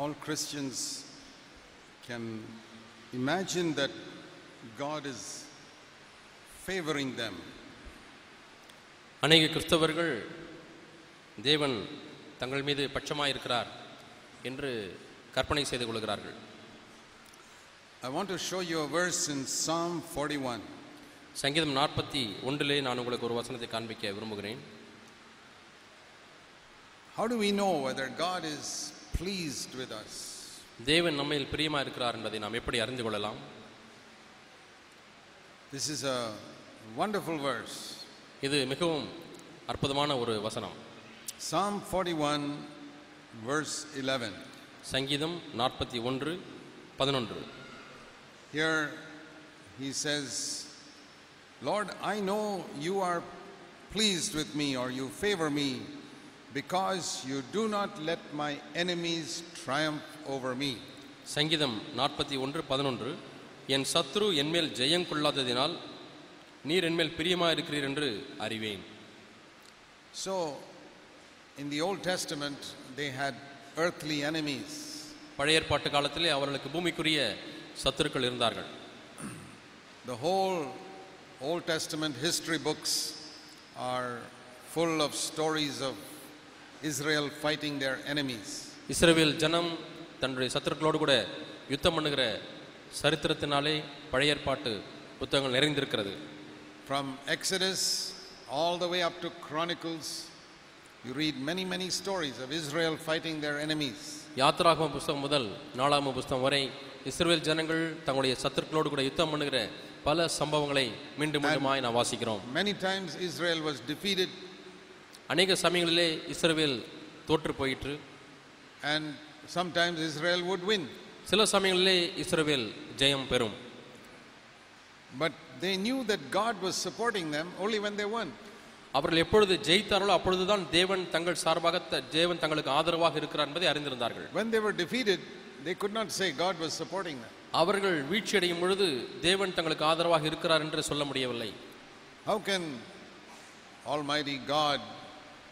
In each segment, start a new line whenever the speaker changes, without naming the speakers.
all Christians can imagine that God is favoring them.
அநேக கிறிஸ்தவர்கள் தேவன் தங்கள் மீது பட்சமாயிருக்கிறார் என்று கற்பனை செய்து கொள்கிறார்கள்
I want to show you a verse in Psalm 41.
சங்கீதம் நாற்பத்தி ஒன்றிலே நான் உங்களுக்கு ஒரு வசனத்தை காண்பிக்க விரும்புகிறேன்
How do we know whether God is pleased with us?
தேவன் நம்மையில் பிரியமா இருக்கிறார் என்பதை நாம் எப்படி அறிந்து கொள்ளலாம்
This is a wonderful verse.
இது மிகவும் அற்புதமான ஒரு வசனம்
Psalm 41, verse 11.
சங்கீதம் நாற்பத்தி ஒன்று பதினொன்று
Here he says, Lord, I know you are pleased with me or you favor me because you do not let my enemies triumph over me.
சங்கீதம் நாற்பத்தி ஒன்று பதினொன்று என் சத்ரு என்மேல் ஜெயம் கொள்ளாததினால் நீர் என்மேல் பிரியமா இருக்கிறீர் என்று அறிவேன்
So, in the Old Testament, they had earthly enemies.
பழைய ஏற்பாட்டு காலத்திலே அவர்களுக்கு பூமிக்குரிய சத்துருக்கள் இருந்தார்கள்
The whole Old Testament history books are full of stories of Israel fighting their enemies.
இஸ்ரவேல் ஜனம் தன்னுடைய சத்துருக்களோடு கூட யுத்தம் பண்ணுகிற சரித்திரத்தினாலே பழைய ஏற்பாட்டு புத்தகங்கள் நிறைந்திருக்கிறது
From Exodus all the way up to Chronicles, you read many, many stories of Israel fighting their enemies.
யாத்ராகம புஸ்தகம் முதல் நாலாம புஸ்தகம் வரை இஸ்ரவேல் ஜனங்கள் தங்களுடைய சத்துருக்களோடு கூட யுத்தம் பண்ணுகிற பல சம்பவங்களை மீண்டும் மீண்டுமாய் நாம் வாசிக்கிறோம்
Many times Israel was defeated
அநேக சமயங்களிலே இஸ்ரவேல் தோற்று போயிற்று
and sometimes Israel would win.
சில சமயங்களிலே இஸ்ரவேல் ஜெயம் பெறும்
But they knew that God was supporting them only when they won.
அவர்கள் எப்பொழுது ஜெயித்தார்களோ அப்பொழுதுதான் தேவன் தங்கள் சார்பாக த- தேவன் தங்களுக்கு ஆதரவாக இருக்கிறார் என்பதை அறிந்திருந்தார்கள்
When they were defeated, they could not say God was supporting them.
அவர்கள் வீழ்ச்சியடையும் பொழுது தேவன் தங்களுக்கு ஆதரவாக இருக்கிறார் என்று சொல்ல முடியவில்லை
How can Almighty God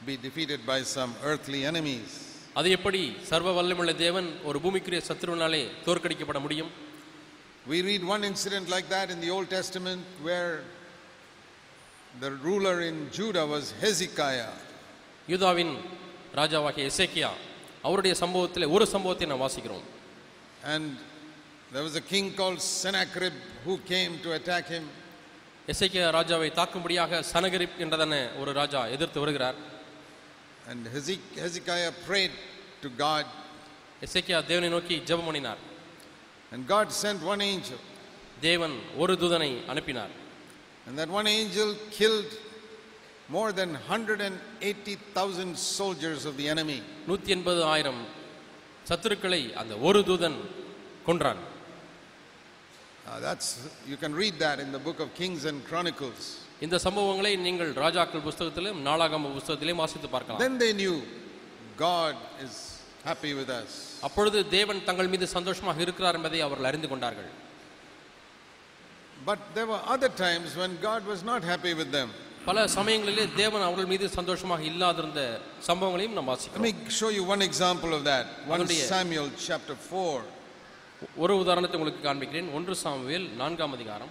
be defeated by some earthly enemies?
அது எப்படி சர்வ வல்லமுள்ள தேவன் ஒரு பூமிக்குரிய சத்துருவினாலே தோற்கடிக்கப்பட முடியும்
We read one incident like that in the Old Testament where the ruler in Judah was Hezekiah.
யூதாவின் ராஜாவாகிய எசேக்கியா அவருடைய சம்பவத்தில் ஒரு சம்பவத்தை நாம் வாசிக்கிறோம்
And there was a king called Sennacherib who came to attack him.
எசேக்கியா ராஜாவை தாக்கும்படியாக சனகரிப் என்றதான ஒரு ராஜா எதிர்த்து வருகிறார்
And Hezek- Hezekiah prayed to God,
எசேக்கியா தேவனை நோக்கி ஜெபம் பண்ணினார்
and God sent one angel.
தேவன் ஒரு தூதனை அனுப்பினார்
And that one angel killed more than 180,000 soldiers of the enemy.
நூற்றி எண்பது ஆயிரம் சத்துருக்களை அந்த ஒரு தூதன் கொன்றான்
Uh, that's you can read that in the book of Kings and Chronicles.
இந்த சம்பவங்களை நீங்கள் ராஜாக்கள் புஸ்தகத்திலும் நாளாகம புஸ்தகத்திலும் வாசித்து பார்க்கலாம்
Then they knew God is happy with us.
அப்பொழுது தேவன் தங்கள் மீது சந்தோஷமாக இருக்கிறார் என்பதை அவர்கள் அறிந்து கொண்டார்கள்
But there were other times when God was not happy with them.
பல சமயங்களிலே தேவன் அவர்கள் மீது சந்தோஷமாக இல்லாதிருந்த சம்பவங்களையும் நாம்
Let
வாசிக்கிறோம்
me show you one example of that. 1
அதனுடைய-
Samuel chapter 4.
ஒரு உதாரணத்தை உங்களுக்கு காண்பிக்கிறேன் ஒன்று சாமுவேல் நான்காம் அதிகாரம்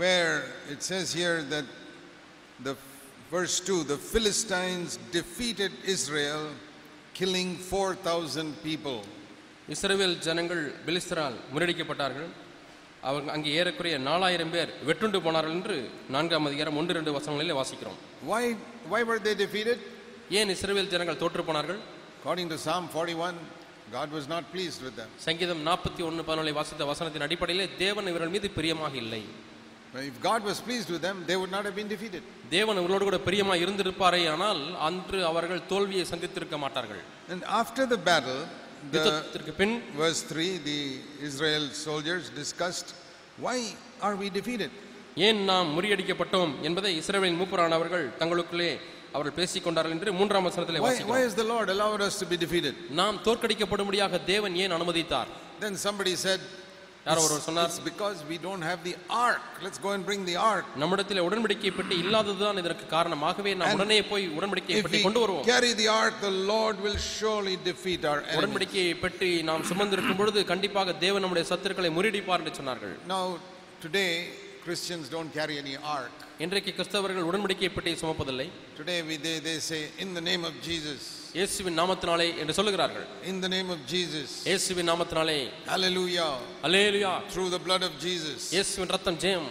where it says here that the verse 2 the Philistines defeated Israel killing 4000 people
இஸ்ரவேல் ஜனங்கள் பெலிஸ்தரால் முறியடிக்கப்பட்டார்கள் அவங்க அங்கே ஏறக்குறைய நாலாயிரம் பேர் வெட்டுண்டு போனார்கள் என்று நான்காம் அதிகாரம் ஒன்று ரெண்டு வசனங்களிலே வாசிக்கிறோம்
why why were they defeated
ஏன் இஸ்ரவேல் ஜனங்கள் தோற்று போனார்கள்
according to Psalm 41 God was not pleased with them
சங்கீதம் நாற்பத்தி ஒன்று பதினொன்றை வாசித்த வசனத்தின் அடிப்படையிலே தேவன் இவர்கள் மீது பிரியமாக இல்லை
But if God was pleased with them they would not have been defeated
தேவன் இவர்களோடு கூட பிரியமாக இருந்திருப்பாரே ஆனால் அன்று அவர்கள் தோல்வியை சந்தித்திருக்க மாட்டார்கள்
and after the battle the
யுத்தத்திற்கு பின்
verse 3 the Israel soldiers discussed why are we defeated
ஏன் நாம் முறியடிக்கப்பட்டோம் என்பதை இஸ்ரவேலின் மூப்பரானவர்கள் தங்களுக்குள்ளே அவர்கள் பேசிக் கொண்டார்கள் என்று மூன்றாம் வசனத்திலே
why,
வாசிக்கிறோம்
why has the Lord allowed us to be defeated
நாம் தோற்கடிக்கப்படும்படியாக தேவன் ஏன் அனுமதித்தார்
then somebody said
யாரோ ஒருவர் சொன்னார்
It's because we don't have the ark. Let's go and bring the ark.
நம்மிடத்தில் உடன்படிக்கை பெட்டி இல்லாததுதான் இதற்கு காரணமாகவே நாம் உடனே போய் உடன்படிக்கை
If
பெட்டி
we
கொண்டு வருவோம்
carry the ark, the Lord will surely defeat our enemy.
உடன்படிக்கை பெட்டி நாம் சுமந்திருக்கும் பொழுது கண்டிப்பாக தேவன் நம்முடைய சத்துருக்களை முறியடிப்பார் என்று சொன்னார்கள்
Now, today, Christians don't carry any ark.
இன்றைக்கு கிறிஸ்தவர்கள் உடன்படிக்கை பெட்டியை சுமப்பதில்லை
Today, we, they, they say, in the name of Jesus,
இயேசுவின் நாமத்தினாலே என்று சொல்லுகிறார்கள்
in the name of Jesus,
இயேசுவின் நாமத்தினாலே
hallelujah,
அல்லேலுயா
through the blood of Jesus.
இயேசுவின் ரத்தம் ஜெயம்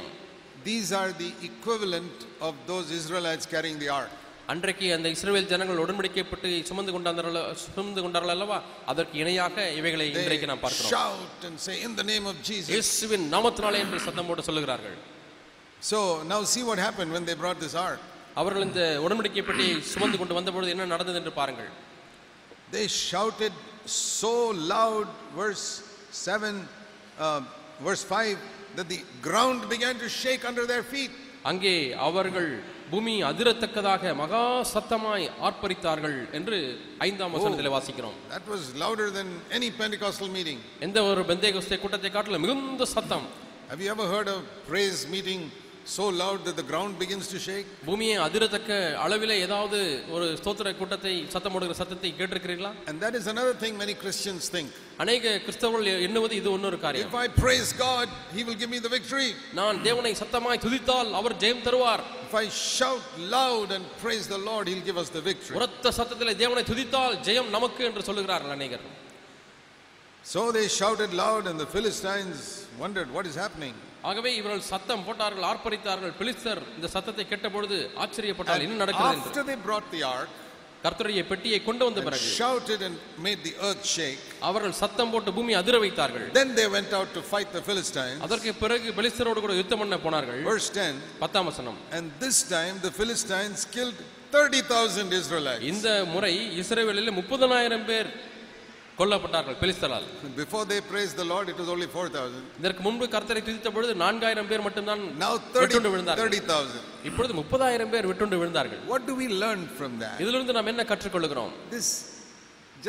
These are the equivalent of those Israelites carrying the ark.
அன்றைக்கு அந்த இஸ்ரவேல் ஜனங்கள் உடன்படிக்கை பெட்டியை சுமந்து கொண்டார்கள் சுமந்து கொண்டார்கள் அல்லவா அதற்கு இணையாக இவைகளை
They
இன்றைக்கு நாம் பார்க்கிறோம்
shout and say, in the name of Jesus.
இயேசுவின் நாமத்தினாலே என்று சத்தம் போட்டு சொல்லுகிறார்கள்
So, now see what happened when they brought this ark.
அவர்கள் இந்த உடன்படிக்கை பெட்டியை சுமந்து கொண்டு வந்தபொழுது என்ன நடந்தது என்று பாருங்கள்
They shouted so loud, verse 7, uh, verse 5, that the ground began to shake under their feet.
அங்கே அவர்கள் பூமி அதிரத்தக்கதாக மகா சத்தமாய் ஆர்ப்பரித்தார்கள் என்று ஐந்தாம் வசனத்தில் வாசிக்கிறோம்
That was louder than any Pentecostal meeting.
எந்த ஒரு பெந்தேகஸ்தே கூட்டத்தை காட்டிலும் மிகுந்த சத்தம்
Have you ever heard a praise meeting so loud that the ground begins to shake?
பூமியை அதிரத்தக்க அளவிலே ஏதாவது ஒரு ஸ்தோத்திர கூட்டத்தை சத்தம் போடுகிற சத்தத்தை கேட்டிருக்கிறீர்களா
And that is another thing many Christians think.
அநேக கிறிஸ்தவர்கள் எண்ணுவது இது ஒன்று ஒரு காரியம்
If I praise God, He will give me the victory.
நான் தேவனை சத்தமாய் துதித்தால் அவர் ஜெயம் தருவார்
If I shout loud and praise the Lord, He'll give us the victory.
உரத்த சத்தத்திலே தேவனை துதித்தால் ஜெயம் நமக்கு என்று சொல்லுகிறார்கள் அநேகர்
So they shouted loud, and the Philistines wondered what is happening.
ஆகவே இவர்கள் சத்தம் போட்டார்கள் ஆர்ப்பரித்தார்கள் பிலிஸ்தர் இந்த சத்தத்தை கேட்ட பொழுது ஆச்சரியப்பட்டால்
And
என்ன நடக்கிறது என்று
after they brought the ark,
கர்த்தருடைய பெட்டியை கொண்டு வந்த
and
பிறகு
shouted and made the earth shake.
அவர்கள் சத்தம் போட்டு பூமி அதிர வைத்தார்கள்
Then they went out to fight the Philistines.
அதற்கு பிறகு பெலிஸ்தரோடு கூட யுத்தம் பண்ண போனார்கள்
Verse 10
பத்தாம் வசனம்
And this time the Philistines killed 30,000 Israelites.
இந்த முறை இஸ்ரேவேலில் முப்பதனாயிரம் பேர் கொல்லப்பட்டார்கள் பெலிஸ்தரால்
Before they praised the Lord, it was only 4,000.
இதற்கு முன்பு கர்த்தரை துதித்த பொழுது நான்காயிரம் பேர் மட்டும்தான்
Now 30
வெட்டுண்டு விழுந்தார்கள்
30,000.
இப்பொழுது முப்பதாயிரம் பேர் வெட்டுண்டு விழுந்தார்கள்
what do we learn from that?
இதிலிருந்து நாம் என்ன கற்றுக்கொள்கிறோம்
This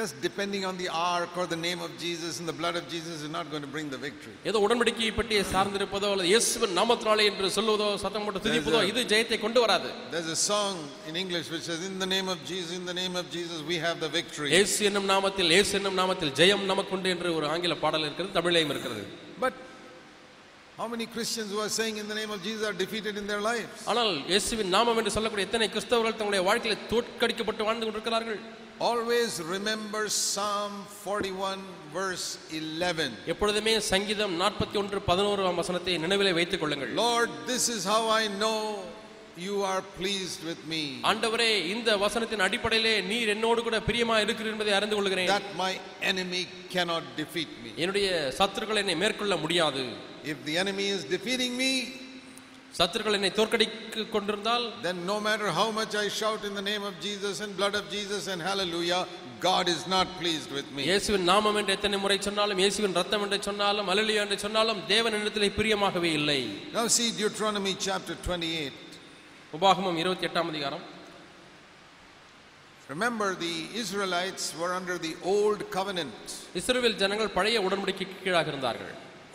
just depending on the ark or the name of Jesus and the blood of Jesus is not going to bring the victory.
ஏதோ உடன்படிக்கையை பற்றிய சார்ந்திருப்பதோ அல்லது இயேசுவின் நாமத்தினாலே என்று சொல்லுவதோ சத்தம் போட்டு துதிப்பதோ இது ஜெயத்தை கொண்டு வராது
There's a song in English which says, In the name of Jesus, in the name of Jesus, we have the victory.
இயேசு என்னும் நாமத்தில் இயேசு என்னும் நாமத்தில் ஜெயம் நமக்குண்டு என்று ஒரு ஆங்கில பாடல் இருக்கிறது தமிழையும் இருக்கிறது
But how many Christians who are saying in the name of Jesus are defeated in their lives?
ஆனால் இயேசுவின் நாமம் என்று சொல்லக்கூடிய எத்தனை கிறிஸ்தவர்கள் தங்களுடைய வாழ்க்கையில தோற்கடிக்கப்பட்டு வாழ்ந்து கொண்டிருக்கிறார்கள்
Always remember Psalm 41, verse 11.
எப்பொழுதுமே சங்கீதம் நாற்பத்தி ஒன்று பதினோராம் வசனத்தை நினைவிலே வைத்துக் கொள்ளுங்கள்
Lord, this is how I know you are pleased with me,
ஆண்டவரே இந்த வசனத்தின் அடிப்படையிலே நீர் என்னோடு கூட பிரியமா இருக்கிறீர் என்பதை அறிந்து கொள்கிறேன்
that my enemy cannot defeat me.
என்னுடைய சத்துருக்கள் என்னை மேற்கொள்ள முடியாது
If the enemy is defeating me,
சத்துருக்கள் என்னை தோற்கடிக்க கொண்டிருந்தால்
then no matter how much I shout in the name of Jesus and blood of Jesus and hallelujah, God is not pleased with me.
இயேசுவின் நாமம் என்று எத்தனை முறை சொன்னாலும் இயேசுவின் ரத்தம் என்று சொன்னாலும் அலலியா என்று சொன்னாலும் தேவன் இடத்திலே பிரியமாகவே இல்லை
Now see Deuteronomy chapter 28.
உபாகமம் இருபத்தி எட்டாம் அதிகாரம்
Remember, the Israelites were under the old covenant,
இஸ்ரவேல் ஜனங்கள் பழைய உடன்படிக்கைக்கு கீழாக இருந்தார்கள்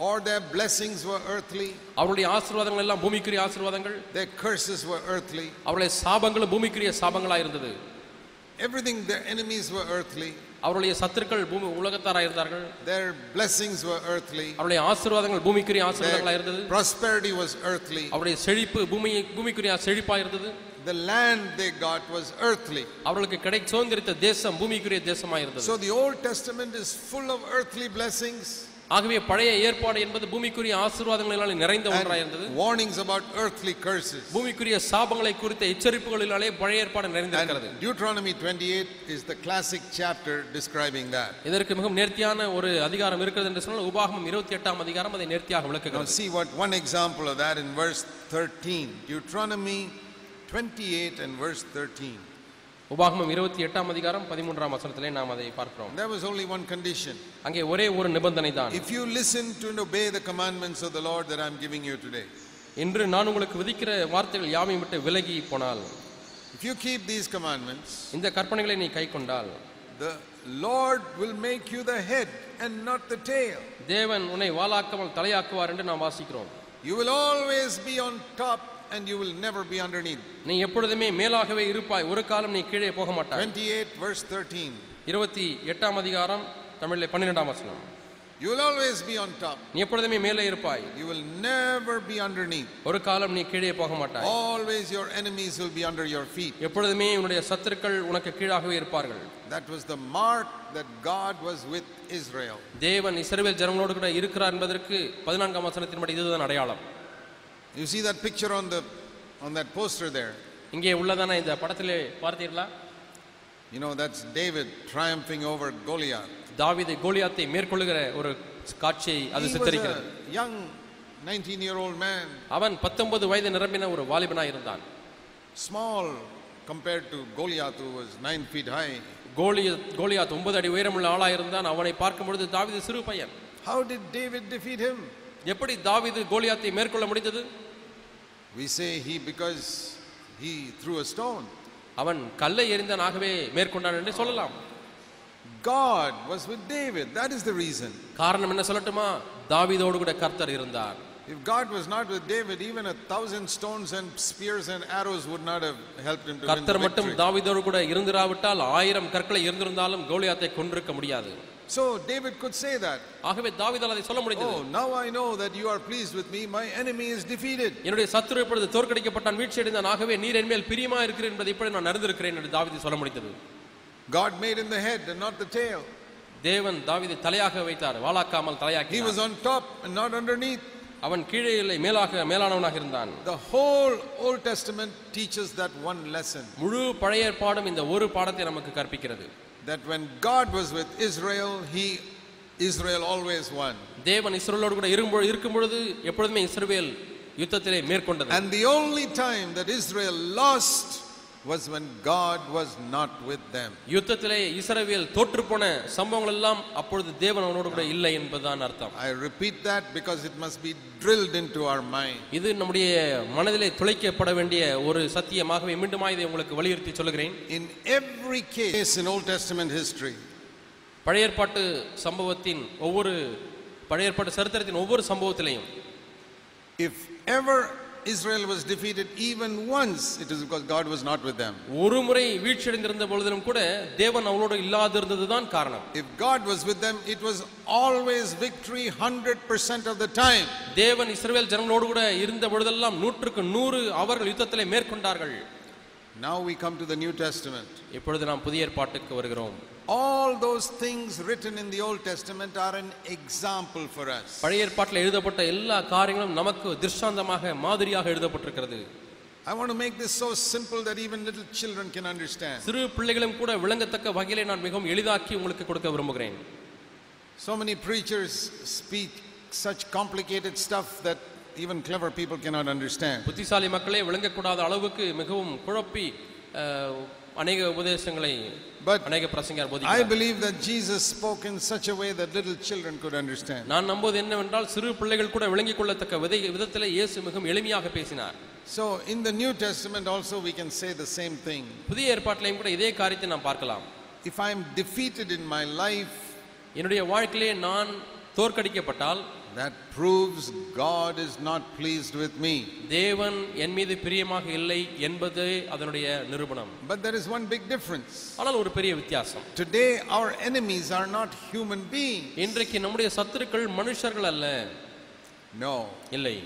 or their blessings were earthly,
அவருடைய ஆசீர்வாதங்கள் எல்லாம் பூமிக்குரிய ஆசீர்வாதங்கள்
their curses were earthly,
அவருடைய சாபங்களும் பூமிக்குரிய சாபங்களாக இருந்தது
everything their enemies were earthly,
அவருடைய சத்துருக்கள் பூமி உலகத்தாராக இருந்தார்கள்
their blessings were earthly,
அவருடைய ஆசீர்வாதங்கள் பூமிக்குரிய ஆசீர்வாதங்களாக
their
இருந்தது
prosperity was earthly,
அவருடைய செழிப்பு பூமியை பூமிக்குரிய செழிப்பாக இருந்தது
the land they got was earthly.
அவர்களுக்கு கிடை சுதந்திரித்த தேசம் பூமிக்குரிய தேசமாக இருந்தது
So the Old Testament is full of earthly blessings.
ஆகவே பழைய ஏற்பாடு என்பது பூமிக்குரிய ஆசீர்வாதங்களினாலே நிறைந்த ஒன்றாக இருந்தது
and warnings about earthly curses.
பூமிக்குரிய சாபங்களை குறித்த எச்சரிப்புகளினாலே பழைய ஏற்பாடு நிறைந்திருக்கிறது
And Deuteronomy 28 is the classic chapter describing that.
இதற்கு மிகவும் நேர்த்தியான ஒரு அதிகாரம் இருக்கிறது என்று சொன்னால் உபாகமம் இருபத்தி எட்டாம் அதிகாரம் அதை நேர்த்தியாக
Now
விளக்குகிறது
see what one example of that in verse 13. Deuteronomy 28 and verse 13.
உபாகமம் இருபத்தி எட்டாம் அதிகாரம் பதிமூன்றாம் வசனத்திலே நாம் அதை பார்க்கிறோம்
There was only one condition.
அங்கே ஒரே ஒரு நிபந்தனை தான்
If you listen to and obey the commandments of the Lord that I'm giving you today,
இன்று நான் உங்களுக்கு விதிக்கிற வார்த்தைகள் யாவையும் விட்டு விலகி போனால்
if you keep these commandments,
இந்த கற்பனைகளை நீ கை கொண்டால்
the Lord will make you the head and not the tail.
தேவன் உன்னை வாலாக்காமல் தலையாக்குவார் என்று நாம் வாசிக்கிறோம்
You will always be on top and you will never be underneath.
நீ எப்பொழுதுமே மேலாகவே இருப்பாய் ஒரு காலம் நீ கீழே போக மாட்டாய்
28 verse 13.
இருபத்தி எட்டாம் அதிகாரம் தமிழில் பன்னிரெண்டாம் வசனம்
You will always be on top.
நீ எப்பொழுதுமே மேலே இருப்பாய்
You will never be underneath.
ஒரு காலம் நீ கீழே போக மாட்டாய்
Always your enemies will be under your feet.
எப்பொழுதுமே உன்னுடைய சத்துருக்கள் உனக்கு கீழாகவே இருப்பார்கள்
That was the mark that God was with Israel.
தேவன் இஸ்ரவேல் ஜனங்களோடு கூட இருக்கிறார் என்பதற்கு பதினான்காம் வசனத்தின்படி இதுதான் அடையாளம்
You see that picture on the on that poster there.
இங்கே உள்ளதான இந்த படத்திலே பார்த்தீர்களா
You know that's David triumphing over Goliath.
தாவீது கோலியாத்தை மேற்கொள்ளுகிற ஒரு காட்சியை அது
he was
சித்தரிக்கிறது
a young 19-year-old man,
அவன் பத்தொன்பது வயது நிரம்பின ஒரு வாலிபனாய் இருந்தான்
small compared to Goliath who was 9 feet high.
கோலியத் Goliath ஒன்பது அடி உயரமுள்ள ஆளாய் இருந்தான் அவனை பார்க்கும் பொழுது தாவீது சிறு பையன்
How did David defeat him?
எப்படி தாவீது கோலியாத்தை மேற்கொள்ள முடிந்தது
We say he because he threw a stone.
அவன் கல்லை எறிந்தான் ஆகவே மேற்கொண்டான் என்று சொல்லலாம்
God was with David. That is the reason.
காரணம் என்ன சொல்லட்டுமா தாவீதோடு கூட கர்த்தர் இருந்தார்
If God was not with David, even a thousand stones and spears and arrows would not have helped him to win the
கர்த்தர் மட்டும்
victory.
தாவீதோடு கூட இருந்திராவிட்டால் ஆயிரம் கற்களை இருந்திருந்தாலும் கோலியாத்தை கொன்றிருக்க முடியாது
So David could say that.
ஆகவே தாவீதால் அதை சொல்ல முடிந்தது
Oh, now I know that you are pleased with me. My enemy is defeated.
என்னுடைய சத்துரு இப்பொழுது தோற்கடிக்கப்பட்டான் வீழ்ச்சி அடைந்தான் ஆகவே நீர் என் மேல் பிரியமா இருக்கிறேன் என்பதை இப்படி நான் அறிந்திருக்கிறேன் என்று தாவீது சொல்ல முடிந்தது
God made him the head and not the tail.
தேவன் தாவீதை தலையாக வைத்தார் வாளாக்காமல் தலையாக்கி
He was on top and not underneath.
அவன் கீழே இல்லை மேலாக மேலானவனாக இருந்தான்
The whole Old Testament teaches that one lesson
முழு பழைய ஏற்பாடும் இந்த ஒரு பாடத்தை நமக்கு கற்பிக்கிறது
that when God was with Israel, he Israel always won.
தேவன் இஸ்ரவேலோடு கூட இருக்கும்பொழுது இருக்கும் பொழுது எப்பொழுதுமே இஸ்ரவேல் யுத்தத்திலே மேற்கொண்டது
And the only time that Israel lost was when God was not with them.
யுத்தத்திலே இஸ்ரவேல் தோற்றுப்போன சம்பவங்கள் எல்லாம் அப்பொழுது தேவன் அவனோடு கூட இல்லை என்பதுதான் அர்த்தம்
I repeat that because it must be drilled into our mind.
இது நம்முடைய மனதிலே துளைக்கப்பட வேண்டிய ஒரு சத்தியமாகவே மீண்டுமா இதை உங்களுக்கு வலியுறுத்தி சொல்லுகிறேன்
In every case in Old Testament history,
பழைய ஏற்பாட்டு சம்பவத்தின் ஒவ்வொரு பழைய ஏற்பாட்டு சரித்திரத்தின் ஒவ்வொரு சம்பவத்திலையும்
if ever Israel was defeated even once, it is because God was not with them.
ஒரு முறை வீழ்ச்சியடைந்திருந்த பொழுதிலும் கூட தேவன் அவளோடு இல்லாதிருந்தது தான் காரணம்
If God was with them, it was always victory 100% of the time.
தேவன் இஸ்ரவேல் ஜனங்களோடு கூட இருந்த பொழுதெல்லாம் நூற்றுக்கு நூறு அவர்கள் யுத்தத்திலே மேற்கொண்டார்கள்
Now we come to the New Testament.
இப்பொழுது நாம் புதிய ஏற்பாட்டுக்கு வருகிறோம்
All those things written in the Old Testament are an example for us.
பழைய ஏற்பாட்டில் எழுதப்பட்ட எல்லா காரியங்களும் நமக்கு திருஷ்டாந்தமாக மாதிரியாக எழுதப்பட்டிருக்கிறது
I want to make this so simple that even little children can understand.
சிறு பிள்ளைகளும் கூட விளங்கத்தக்க வகையிலே நான் மிகவும் எளிதாக்கி உங்களுக்கு கொடுக்க விரும்புகிறேன்
So many preachers speak such complicated stuff that even clever people cannot understand.
புத்திசாலி மக்களே விளங்கக்கூடாத அளவுக்கு மிகவும் குழப்பி அஹ், அநேக உபதேசங்களை
But
அநேக பிரசங்கர்
I
போதி
believe that Jesus spoke in such a way that little children could understand.
நான் நம்புவது என்னவென்றால் சிறு பிள்ளைகள் கூட விளங்கிக் கொள்ளத்தக்க விதை விதத்திலே இயேசு மிகவும் எளிமையாக பேசினார்
So in the New Testament also we can say the same thing.
புதிய ஏற்பாட்டிலையும் கூட இதே காரியத்தை நாம் பார்க்கலாம்
If I am defeated in my life,
என்னுடைய வாழ்க்கையிலே நான் தோற்கடிக்கப்பட்டால்
that proves God is not pleased with me.
தேவன் என் மீது பிரியமாக இல்லை என்பதே அதனுடைய நிரூபணம்
But there is one big difference.
ஆனால் ஒரு பெரிய வித்தியாசம்
Today our enemies are not human beings.
இன்றைக்கு நம்முடைய சத்துருக்கள் மனுஷர்கள் அல்ல
No,
இல்லை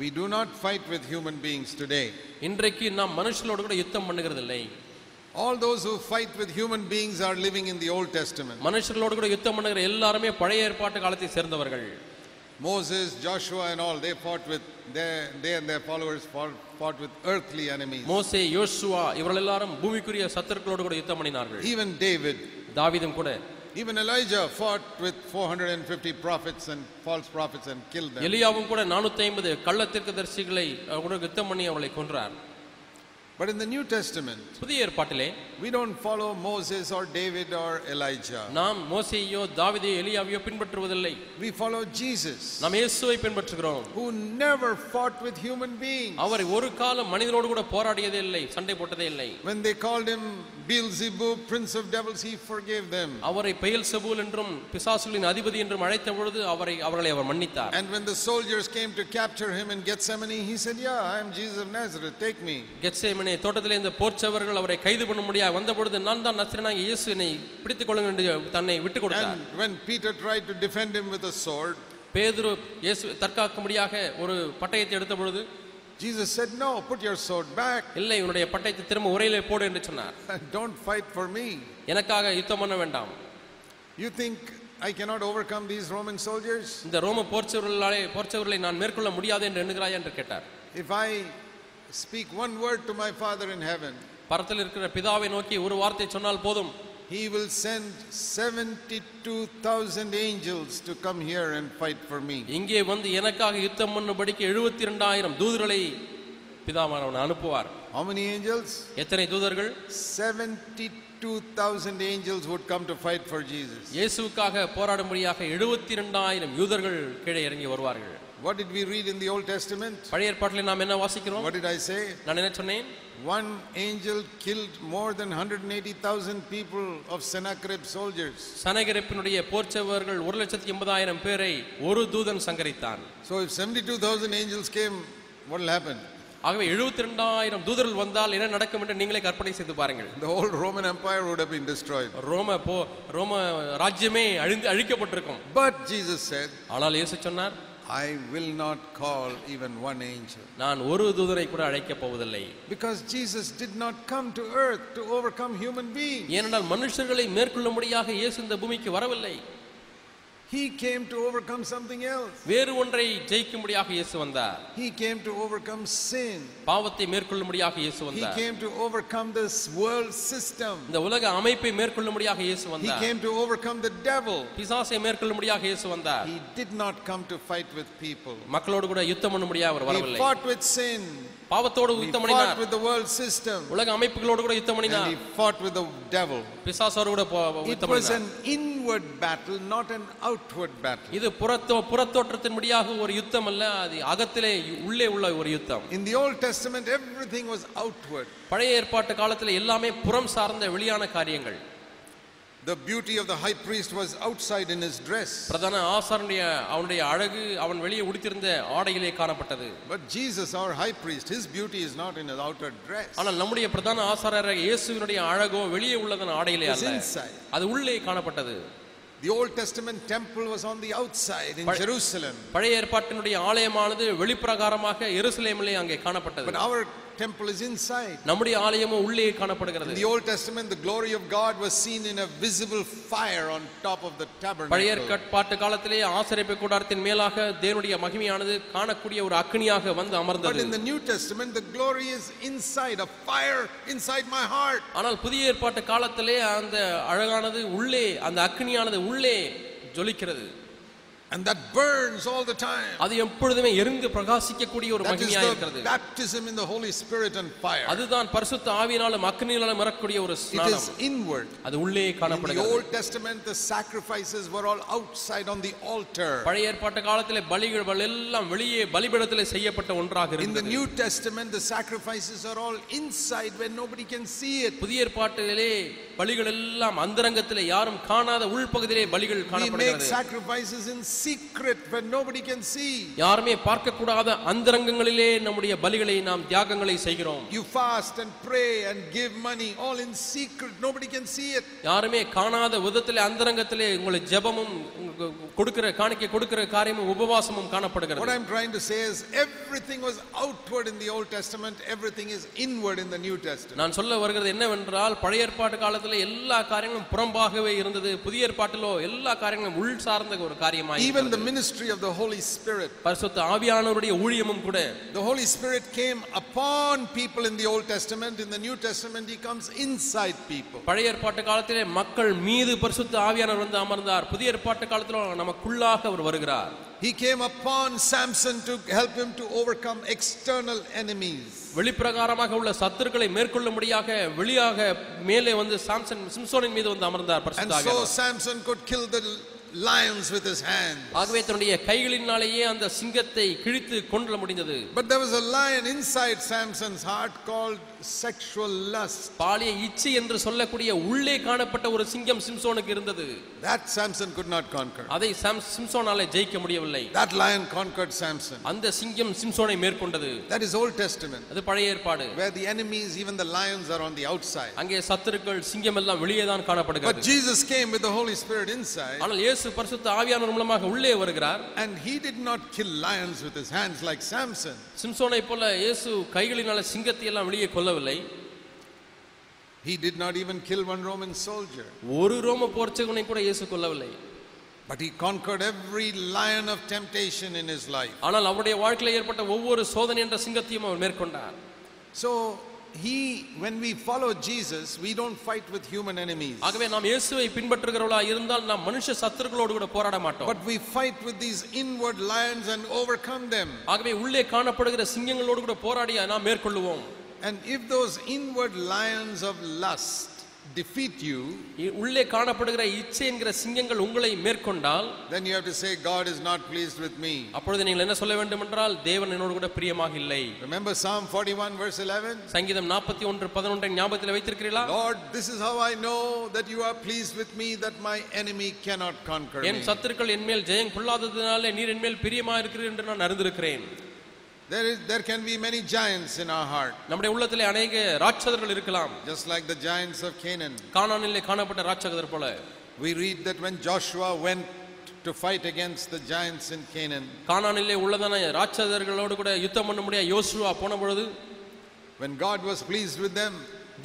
we do not fight with human beings today.
இன்றைக்கு நாம் மனுஷர்களோடு கூட யுத்தம் பண்ணுகிறதில்லை
All those who fight with human beings are living in the Old Testament.
மனுஷர்களோடு கூட யுத்தம் பண்ணுகிற எல்லாருமே பழைய ஏற்பாட்டு காலத்தை சேர்ந்தவர்கள்
Moses, Joshua, and all, they fought with, they, they and their followers fought, fought with earthly enemies.
மோசே யோசுவா இவர்கள் எல்லாரும் பூமிக்குரிய சத்துருக்களோடு கூட யுத்தம் பண்ணினார்கள்
Even David,
தாவீதும் கூட
even Elijah fought with 450 prophets and false prophets and killed them.
எலியாவும் கூட நானூத்தி ஐம்பது கள்ளத்திற்கு தரிசிகளை யுத்தம் பண்ணி அவளை கொன்றார்
But in the New Testament,
புதிய ஏற்பாட்டிலே
we don't follow Moses or David or Elijah.
நாம் மோசேயோ தாவீதையோ எலியாவையோ பின்பற்றுவதில்லை
We follow Jesus,
நாம் இயேசுவை பின்பற்றுகிறோம்
who never fought with human beings.
அவர் ஒரு காலம் மனிதனோடு கூட போராடியதே இல்லை சண்டை போட்டதே இல்லை
When they called him Beelzebub, prince of devils, he forgave them.
அவரை பெயல் செபூல் என்றும் பிசாசுகளின் அதிபதி என்றும் அழைத்த பொழுது அவரை அவர்களை அவர் மன்னித்தார்
And when the soldiers came to capture him in Gethsemane, he said, Yeah, I am Jesus of Nazareth, take me.
கெத்சேமனே தோட்டத்திலே இந்த போர்ச்சவர்கள் அவரை கைது பண்ண முடியாது வந்தபொழுது நான் தான் நசரனாக இயேசு என்னை பிடித்துக் கொள்ளுங்கள் என்று தன்னை விட்டுக் கொடுத்தார்
And when Peter tried to defend him with a sword,
பேதுரு இயேசு தற்காக்கும்படியாக ஒரு பட்டயத்தை எடுத்த பொழுது
Jesus said, No, put your sword back.
இல்லை உன்னுடைய பட்டயத்தை திரும்ப உரையிலே போடு என்று சொன்னார்
Don't fight for me.
எனக்காக யுத்தம் பண்ண வேண்டாம்
You think I cannot overcome these Roman soldiers?
இந்த ரோம போர்ச்சவர்களாலே போர்ச்சவர்களை நான் மேற்கொள்ள முடியாது என்று எண்ணுகிறாய் என்று கேட்டார்
If I speak one word to my Father in heaven,
பரத்தில் இருக்கிற பிதாவை நோக்கி ஒரு வார்த்தை சொன்னால் போதும்
He will send 72,000 angels to come here and fight for me.
இங்கே வந்து எனக்காக யுத்தம் பண்ணும்படிக்கு எழுபத்தி ரெண்டாயிரம் தூதர்களை பிதாவானவன் அனுப்புவார்
How many angels?
எத்தனை தூதர்கள்
72,000 angels would come to fight for Jesus.
இயேசுவுக்காக போராடும்படியாக எழுபத்தி ரெண்டாயிரம் யூதர்கள் கீழே இறங்கி வருவார்கள்
What did we read in the Old Testament?
பழைய ஏற்பாட்டில் நாம் என்ன வாசிக்கிறோம்
What did I say?
நான் என்ன சொன்னேன்
One angel killed more than 180,000 people of Sennacherib soldiers.
சனகிரிப்பினுடைய போர்ச்சவர்கள் ஒரு லட்சத்தி எண்பதாயிரம் பேரை ஒரு தூதன் சங்கரித்தான்
So if 72,000 angels came, what will happen?
ஆகவே எழுபத்தி ரெண்டாயிரம் தூதர்கள் வந்தால் என்ன நடக்கும் என்று நீங்களே கற்பனை செய்து பாருங்கள்
The whole Roman Empire would have been destroyed.
ரோம போ ரோம ராஜ்யமே அழிந்து அழிக்கப்பட்டிருக்கும்
But Jesus said,
ஆனால் இயேசு சொன்னார்
I will not call even one angel.
நான் ஒரு தூதரை கூட அழைக்கப் போவதில்லை
Because Jesus did not come to earth to overcome human beings.
ஏனென்றால் மனுஷர்களை மேற்கொள்ளும்படியாக இயேசு இந்த பூமிக்கு வரவில்லை
He came to overcome something else.
வேறு ஒன்றை ஜெயிக்கும்படியாக இயேசு வந்தார்
He came to overcome sin.
பாவத்தை மேற்கொள்ளும்படியாக இயேசு
He
வந்தார்
came to overcome this world system.
இந்த உலக அமைப்பை மேற்கொள்ளும்படியாக இயேசு
He
வந்தார்
came to overcome the devil.
பிசாசை மேற்கொள்ளும்படியாக இயேசு வந்தார்
He did not come to fight with people.
மக்களோடு கூட யுத்தம் பண்ணும்படியாக அவர்
He
வரவில்லை
fought with sin.
பாவத்தோடு
He
யுத்தம்
fought
பண்ணினார்
with the world system.
உலக அமைப்புகளோடு கூட யுத்தம்
And he
பண்ணினார்
fought with the devil.
பிசாசோடு கூட போ-
It
யுத்தம்
was
பண்ணினார்
an inward battle, not an outward battle.
இது புறத்தோ புறத்தோற்றத்தின்படியாக ஒரு யுத்தம் அல்ல அது அகத்திலே உள்ளே உள்ள ஒரு யுத்தம்
In the Old Testament, everything was outward.
பழைய ஏற்பாட்டு காலத்தில் எல்லாமே புறம் சார்ந்த வெளியான காரியங்கள்
The beauty of the high priest was outside in his dress.
பிரதான ஆசாரனுடைய அவனுடைய அழகு அவன் வெளியே உடுத்திருந்த ஆடையிலே காணப்பட்டது
But Jesus, our high priest, his beauty is not in his outer dress.
ஆனால் நம்முடைய பிரதான ஆசாரர் இயேசுவினுடைய அழகோ வெளியே உள்ளதன் ஆடையிலே
It was
அல்ல
inside.
அது உள்ளே காணப்பட்டது
The Old Testament temple was on the outside in
But-
Jerusalem.
பழைய ஏற்பாட்டினுடைய ஆலயமானது வெளிப்பிரகாரமாக எருசலேமிலே அங்கே
But
காணப்பட்டது
our temple is inside.
நம்முடைய ஆலயமும் உள்ளே
In
காணப்படுகிறது
the Old Testament, the glory of God was seen in a visible fire on top of the
பழைய
tabernacle.
ஏற்பாட்டு காலத்திலே ஆசரிப்பு கூடாரத்தின் மேலாக தேவனுடைய மகிமையானது காணக்கூடிய ஒரு அக்னியாக வந்து
But
அமர்ந்தது
in the New Testament, the glory is inside, a fire inside my heart.
ஆனால் புதிய ஏற்பாட்டு காலத்திலே அந்த அழகானது உள்ளே அந்த அக்னியானது உள்ளே ஜொலிக்கிறது
And that burns all the time.
அது எப்பொழுதுமே எரிந்து பிரகாசிக்கக்கூடிய ஒரு
That is
மகிமையா
the
இருக்கிறது
baptism in the Holy Spirit and fire.
அதுதான் பரிசுத்த ஆவியினாலும் அக்னியினாலும் வரக்கூடிய ஒரு
It
ஸ்நானம்
is inward.
அது உள்ளே
In the
காணப்படுகிறது
Old Testament, the sacrifices were all outside on the altar.
பழைய ஏற்பாட்டு காலத்திலே பலிகள் எல்லாம் வெளியே பலிபீடத்திலே செய்யப்பட்ட ஒன்றாக
In the
இருந்தது
New Testament, the sacrifices are all inside where nobody can see it.
புதிய ஏற்பாட்டிலே பலிகள் எல்லாம் அந்தரங்கத்திலே யாரும் காணாத உள்பகுதியிலே பலிகள்
We make
காணப்படுகிறது
sacrifices in secret where nobody can see.
யாருமே பார்க்கக்கூடாத அந்தரங்கங்களிலே நம்முடைய பலிகளை நாம் தியாகங்களை செய்கிறோம்
You fast and pray and give money all in secret. Nobody can see it.
யாருமே காணாத விதத்திலே அந்தரங்கத்திலே உங்களை ஜெபமும் உங்களுக்கு கொடுக்கிற காணிக்கை கொடுக்கிற காரியமும் உபவாசமும்
What
காணப்படுகிறது
I'm trying to say is everything was outward in the Old Testament, everything is inward in the New Testament.
நான் சொல்ல வருகிறது என்னவென்றால் பழைய ஏற்பாட்டு காலத்தில் எல்லா காரியங்களும் புறம்பாகவே இருந்தது புதிய ஏற்பாட்டிலோ எல்லா காரியங்களும் உள் சார்ந்த ஒரு காரியமாக
Even the
இருக்கிறது
ministry of the Holy Spirit.
பரிசுத்த ஆவியானவருடைய ஊழியமும் கூட
The Holy Spirit came upon people in the Old Testament. In the New Testament, He comes inside people.
பழைய ஏற்பாட்டு காலத்திலே மக்கள் மீது பரிசுத்த ஆவியானவர் வந்து அமர்ந்தார் புதிய ஏற்பாட்டு காலத்தில் நமக்குள்ளாக அவர் வருகிறார்
He came upon Samson to help him to overcome external enemies.
வெளிப்பிரகாரமாக உள்ள சத்துருக்களை மேற்கொள்ளும்படியாக வெளியாக மேலே வந்து சாம்சன் சிம்சோனின் மீது வந்து அமர்ந்தார்
And
பரிசுத்த
so
ஆவியானவர்.
Samson could kill the lions with his hand.
ஆகவே தன்னுடைய கைகளினாலேயே அந்த சிங்கத்தை கிழித்து கொள்ள முடிந்தது
But there was a lion inside Samson's heart called sexual lust.
பாலிய இச்சை என்று சொல்லக்கூடிய உள்ளே காணப்பட்ட ஒரு சிங்கம் சிம்சோனுக்கு இருந்தது
That Samson could not conquer.
அதை சாம் சிம்சோனாலே ஜெயிக்க முடியவில்லை
That lion conquered Samson.
அந்த சிங்கம் சிம்சோனை மேற்கொண்டது
That is Old Testament,
அது பழைய ஏற்பாடு
where the enemies, even the lions, are on the outside.
அங்கே சத்துருக்கள் சிங்கம் எல்லாம் வெளியே தான்
But
காணப்படுகிறது
Jesus came with the Holy Spirit inside.
ஆனால் இயேசு பரிசுத்த ஆவியானவர் மூலமாக உள்ளே வருகிறார்
And he did not kill lions with his hands like Samson.
சிம்சோனை போல இயேசு கைகளினால சிங்கத்தை எல்லாம் வெளியே கொல்லவில்லை
He did not even kill one Roman soldier.
ஒரு ரோம போர்ச்சகனை கூட இயேசு கொல்லவில்லை
But he conquered every lion of temptation in his life.
ஆனால் அவருடைய வாழ்க்கையில் ஏற்பட்ட ஒவ்வொரு சோதனை என்ற சிங்கத்தையும் அவர் மேற்கொண்டார்
So he, when we follow Jesus, we don't fight with human enemies.
ஆகவே நாம் இயேசுவை பின்பற்றுகிறவர்களா இருந்தால் நாம் மனுஷ சத்துருக்களோடு கூட போராட மாட்டோம்
But we fight with these inward lions and overcome them.
ஆகவே உள்ளே காணப்படுகிற சிங்கங்களோடு கூட போராடி நாம் மேற்கொள்ளுவோம்
And if those inward lions of lust defeat you,
இ- உள்ளே காணப்படுகிற இச்சை என்கிற சிங்கங்கள் உங்களை மேற்கொண்டால்
then you have to say, God is not pleased with me.
அப்பொழுது நீங்கள் என்ன சொல்ல வேண்டும் என்றால் தேவன் என்னோடு கூட பிரியமாக இல்லை
Remember Psalm 41, verse 11?
சங்கீதம் நாற்பத்தி ஒன்று பதினொன்றை ஞாபகத்தில் வைத்திருக்கிறீர்களா
Lord, this is how I know that you are pleased with me, that my enemy cannot conquer
N
me.
சத்துருக்கள் என்மேல் ஜெயம் கொள்ளாததினாலே நீர் என்மேல் பிரியமா இருக்கிறீர் என்று நான் அறிந்திருக்கிறேன்
There, is, there can be many giants in our heart,
நம்முடைய உள்ளத்திலே அநேக ராட்சதர்கள் இருக்கலாம்
just like the giants of Canaan.
கானானிலே காணப்பட்ட ராட்சதர் போல
We read that when Joshua went to fight against the giants in Canaan,
கானானிலே உள்ளதான ராட்சதர்களோடு கூட யுத்தம் பண்ண முடியாது யோசுவா போன பொழுது
when God was pleased with them,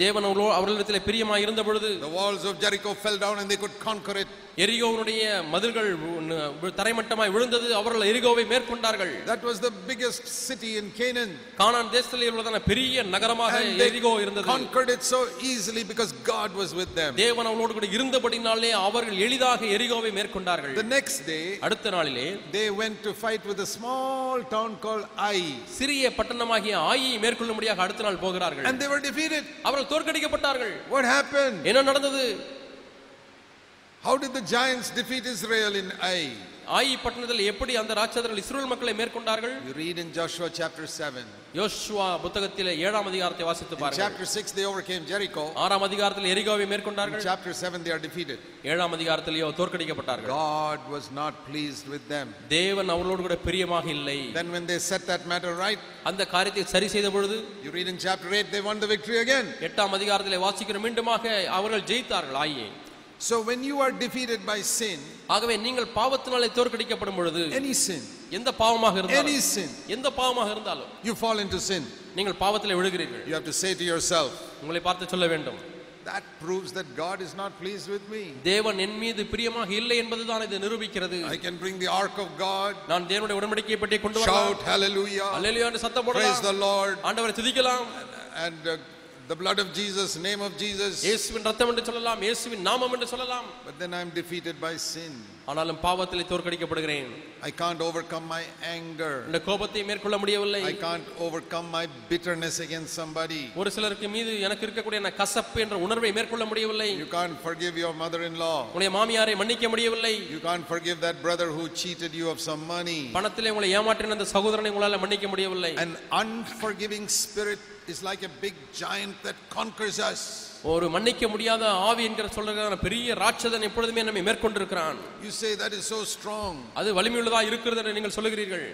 தேவன் அவர்களோ அவர்களிடத்திலே பிரியமாக இருந்த பொழுது
the walls of Jericho fell down and they could conquer it.
எரிகோவனுடைய மதில்கள் தரைமட்டமாய் விழுந்தது அவர்கள் எரிகோவை மேற்கொண்டார்கள்
That was the biggest city in Canaan.
கானான் தேசத்திலே உள்ளதான பெரிய நகரமாக
And they
எரிகோ இருந்தது
conquered it so easily because God was with them.
தேவன் அவளோடு கூட இருந்தபடினாலே அவர்கள் எளிதாக எரிகோவை மேற்கொண்டார்கள்
The next day,
அடுத்த நாளிலே
they went to fight with a small town called Ai.
சிறிய பட்டணமாகிய ஆயை மேற்கொள்ளும்படியாக அடுத்த நாள் போகிறார்கள்
And they were defeated.
அவர்கள் தோற்கடிக்கப்பட்டார்கள்
What happened?
என்ன நடந்தது
How did the giants defeat Israel in Ai?
ஆயி பட்டணத்தில் எப்படி அந்த ராட்சதர்கள் இஸ்ரேல் மக்களை மேற்கொண்டார்கள்
You read in Joshua chapter 7.
யோசுவா புத்தகத்திலே ஏழாம் அதிகாரத்தை வாசித்து
In
பாருங்கள்
chapter 6, they overcame Jericho.
ஆறாம் அதிகாரத்தில் எரிகோவை
In
மேற்கொண்டார்கள்
chapter 7, they are defeated.
ஏழாம் அதிகாரத்திலேயோ தோற்கடிக்கப்பட்டார்கள்
God was not pleased with them.
தேவன் அவர்களோடு கூட பிரியமாக இல்லை
Then, when they set that matter right,
அந்த காரியத்தை சரி செய்த பொழுது
you read in chapter 8, they won the victory again.
எட்டாம் அதிகாரத்திலே வாசிக்கிற மீண்டுமாக அவர்கள் ஜெயித்தார்கள் ஆயே
So, when you are defeated by sin,
ஆகவே நீங்கள் பாவத்தினாலே தோற்கடிக்கப்படும் பொழுது
any sin,
எந்த பாவமாக
any
இருந்தாலும்
sin,
எந்த பாவமாக இருந்தாலும்
you fall into sin.
நீங்கள் பாவத்திலே விழுகிறீர்கள்
You have to say to yourself,
உங்களை பார்த்து சொல்ல வேண்டும்
that proves that God is not pleased with me.
தேவன் என் மீது பிரியமாக இல்லை என்பதுதான் இது நிரூபிக்கிறது
I can bring the ark of God,
நான் தேவனுடைய உடன்படிக்கையை பற்றி கொண்டு வரலாம்
shout hallelujah,
அல்லேலூயா என்று சத்தம்
praise the
போடலாம்
Lord,
ஆண்டவரை துதிக்கலாம்
and uh, the blood of Jesus, name of Jesus.
இயேசுவின் ரத்தம் என்று சொல்லலாம் இயேசுவின் நாமம் என்று சொல்லலாம்
But then I'm defeated by sin.
ஆனாலும் பாவத்திலே தோற்கடிக்கப்படுகிறேன்
I can't overcome my anger.
இந்த கோபத்தை மேற்கொள்ள முடியவில்லை
I can't overcome my bitterness against somebody.
ஒரு சிலருக்கு மீது எனக்கு இருக்கக்கூடிய அந்த கசப்பு என்ற உணர்வை மேற்கொள்ள முடியவில்லை
You can't forgive your mother in law.
உங்களுடைய மாமியாரை மன்னிக்க முடியவில்லை
You can't forgive that brother who cheated you of some money.
பணத்திலே உங்களை ஏமாற்றின அந்த சகோதரனை உங்களால மன்னிக்க முடியவில்லை
An unforgiving spirit is like a big giant that conquers us.
ஒரு மன்னிக்க முடியாத ஆவி என்கிற சொல்ற பெரிய ராட்சதன் எப்பொழுதுமே நம்மை மேற்கொண்டிருக்கிறான்
You say that is so strong.
அது வலிமையுள்ளதா இருக்கிறது என்று நீங்கள் சொல்லுகிறீர்கள்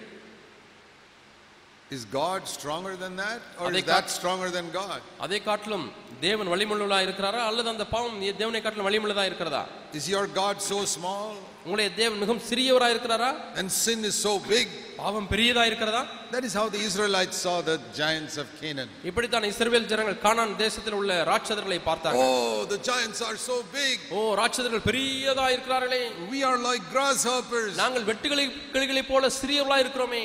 Is God stronger than that? Or
Adhai
is that stronger than God?
அதை காட்டிலும் தேவன் வலிமுள்ளதா இருக்கிறாரா அல்லது அந்த பாவம் ஏ- தேவனை காட்டிலும் வலிமுள்ளதா இருக்கிறதா
Is your God so small
உங்களுடைய தேவன் மிகவும் சிறியவரா இருக்கிறாரா
and sin is so big?
பாவம் பெரியதா இருக்கிறதா
That is how the Israelites saw the giants of Canaan.
இப்படித்தான் இஸ்ரவேல் ஜனங்கள் கானான் தேசத்தில் உள்ள ராட்சதர்களை பார்த்தார்கள்
Oh, the giants are so big.
ஓ ராட்சதர்கள் பெரியதா இருக்கிறார்களே
We are like grasshoppers.
நாங்கள் வெட்டுகளை கிளிகளை போல சிறியவர்களா இருக்கிறோமே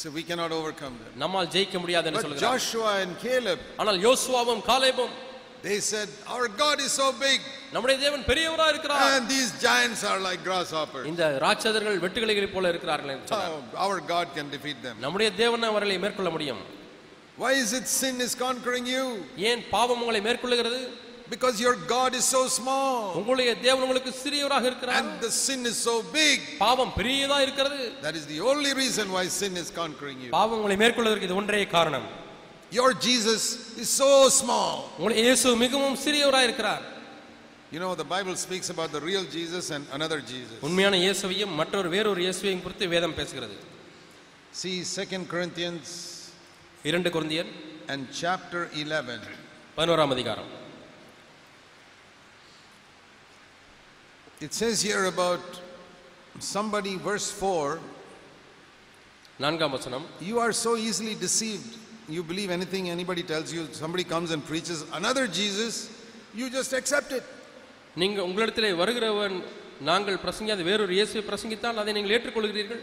So we cannot overcome them.
நம்மால் ஜெயிக்க முடியாது என்று
But
சொல்கிறார்
Joshua and Caleb,
ஆனால் யோசுவாவும் காலேபும்
they said, Our God is so big
நம்முடைய தேவன் பெரியவரா இருக்கிறார்
and these giants are like grasshoppers.
இந்த ராட்சதர்கள் வெட்டுக்கிளிகளை போல இருக்கிறார்கள் என்று சொன்னார்.
How our God can defeat them.
நம்முடைய தேவன் அவர்களை மேற்கொள்ள முடியும்
Why is it sin is conquering you?
ஏன் பாவம் உங்களை மேற்கொள்ளுகிறது
Because your God is so small
உங்களுடைய தேவன் உங்களுக்கு சிறியவராக இருக்கிறார்
and the sin is so big.
பாவம் பெரியதா இருக்கிறது
That is the only reason why sin is conquering you.
பாவம் உங்களை மேற்கொள்வதற்கு இது ஒன்றே காரணம்
Your Jesus is so small.
உங்களுடைய இயேசு மிகவும் சிறியவராக இருக்கிறார்
You know, the Bible speaks about the real Jesus and another Jesus.
உண்மையான இயேசுவையும் மற்றொரு வேறொரு இயேசுவையும் குறித்து வேதம் பேசுகிறது
See 2 Corinthians
இரண்டு குருந்தியர்
and chapter 11.
பதினோராம் அதிகாரம்
It says here about somebody, verse 4
நான்காம் வசனம்
You are so easily deceived. You believe anything anybody tells you. Somebody comes and preaches another Jesus, you just accept it.
நீங்கள் உங்களிடத்திலே வருகிறவன் நாங்கள் பிரசங்கியாத வேறொரு இயேசுவை பிரசங்கித்தால் அதை நீங்கள் ஏற்றுக்கொள்கிறீர்கள்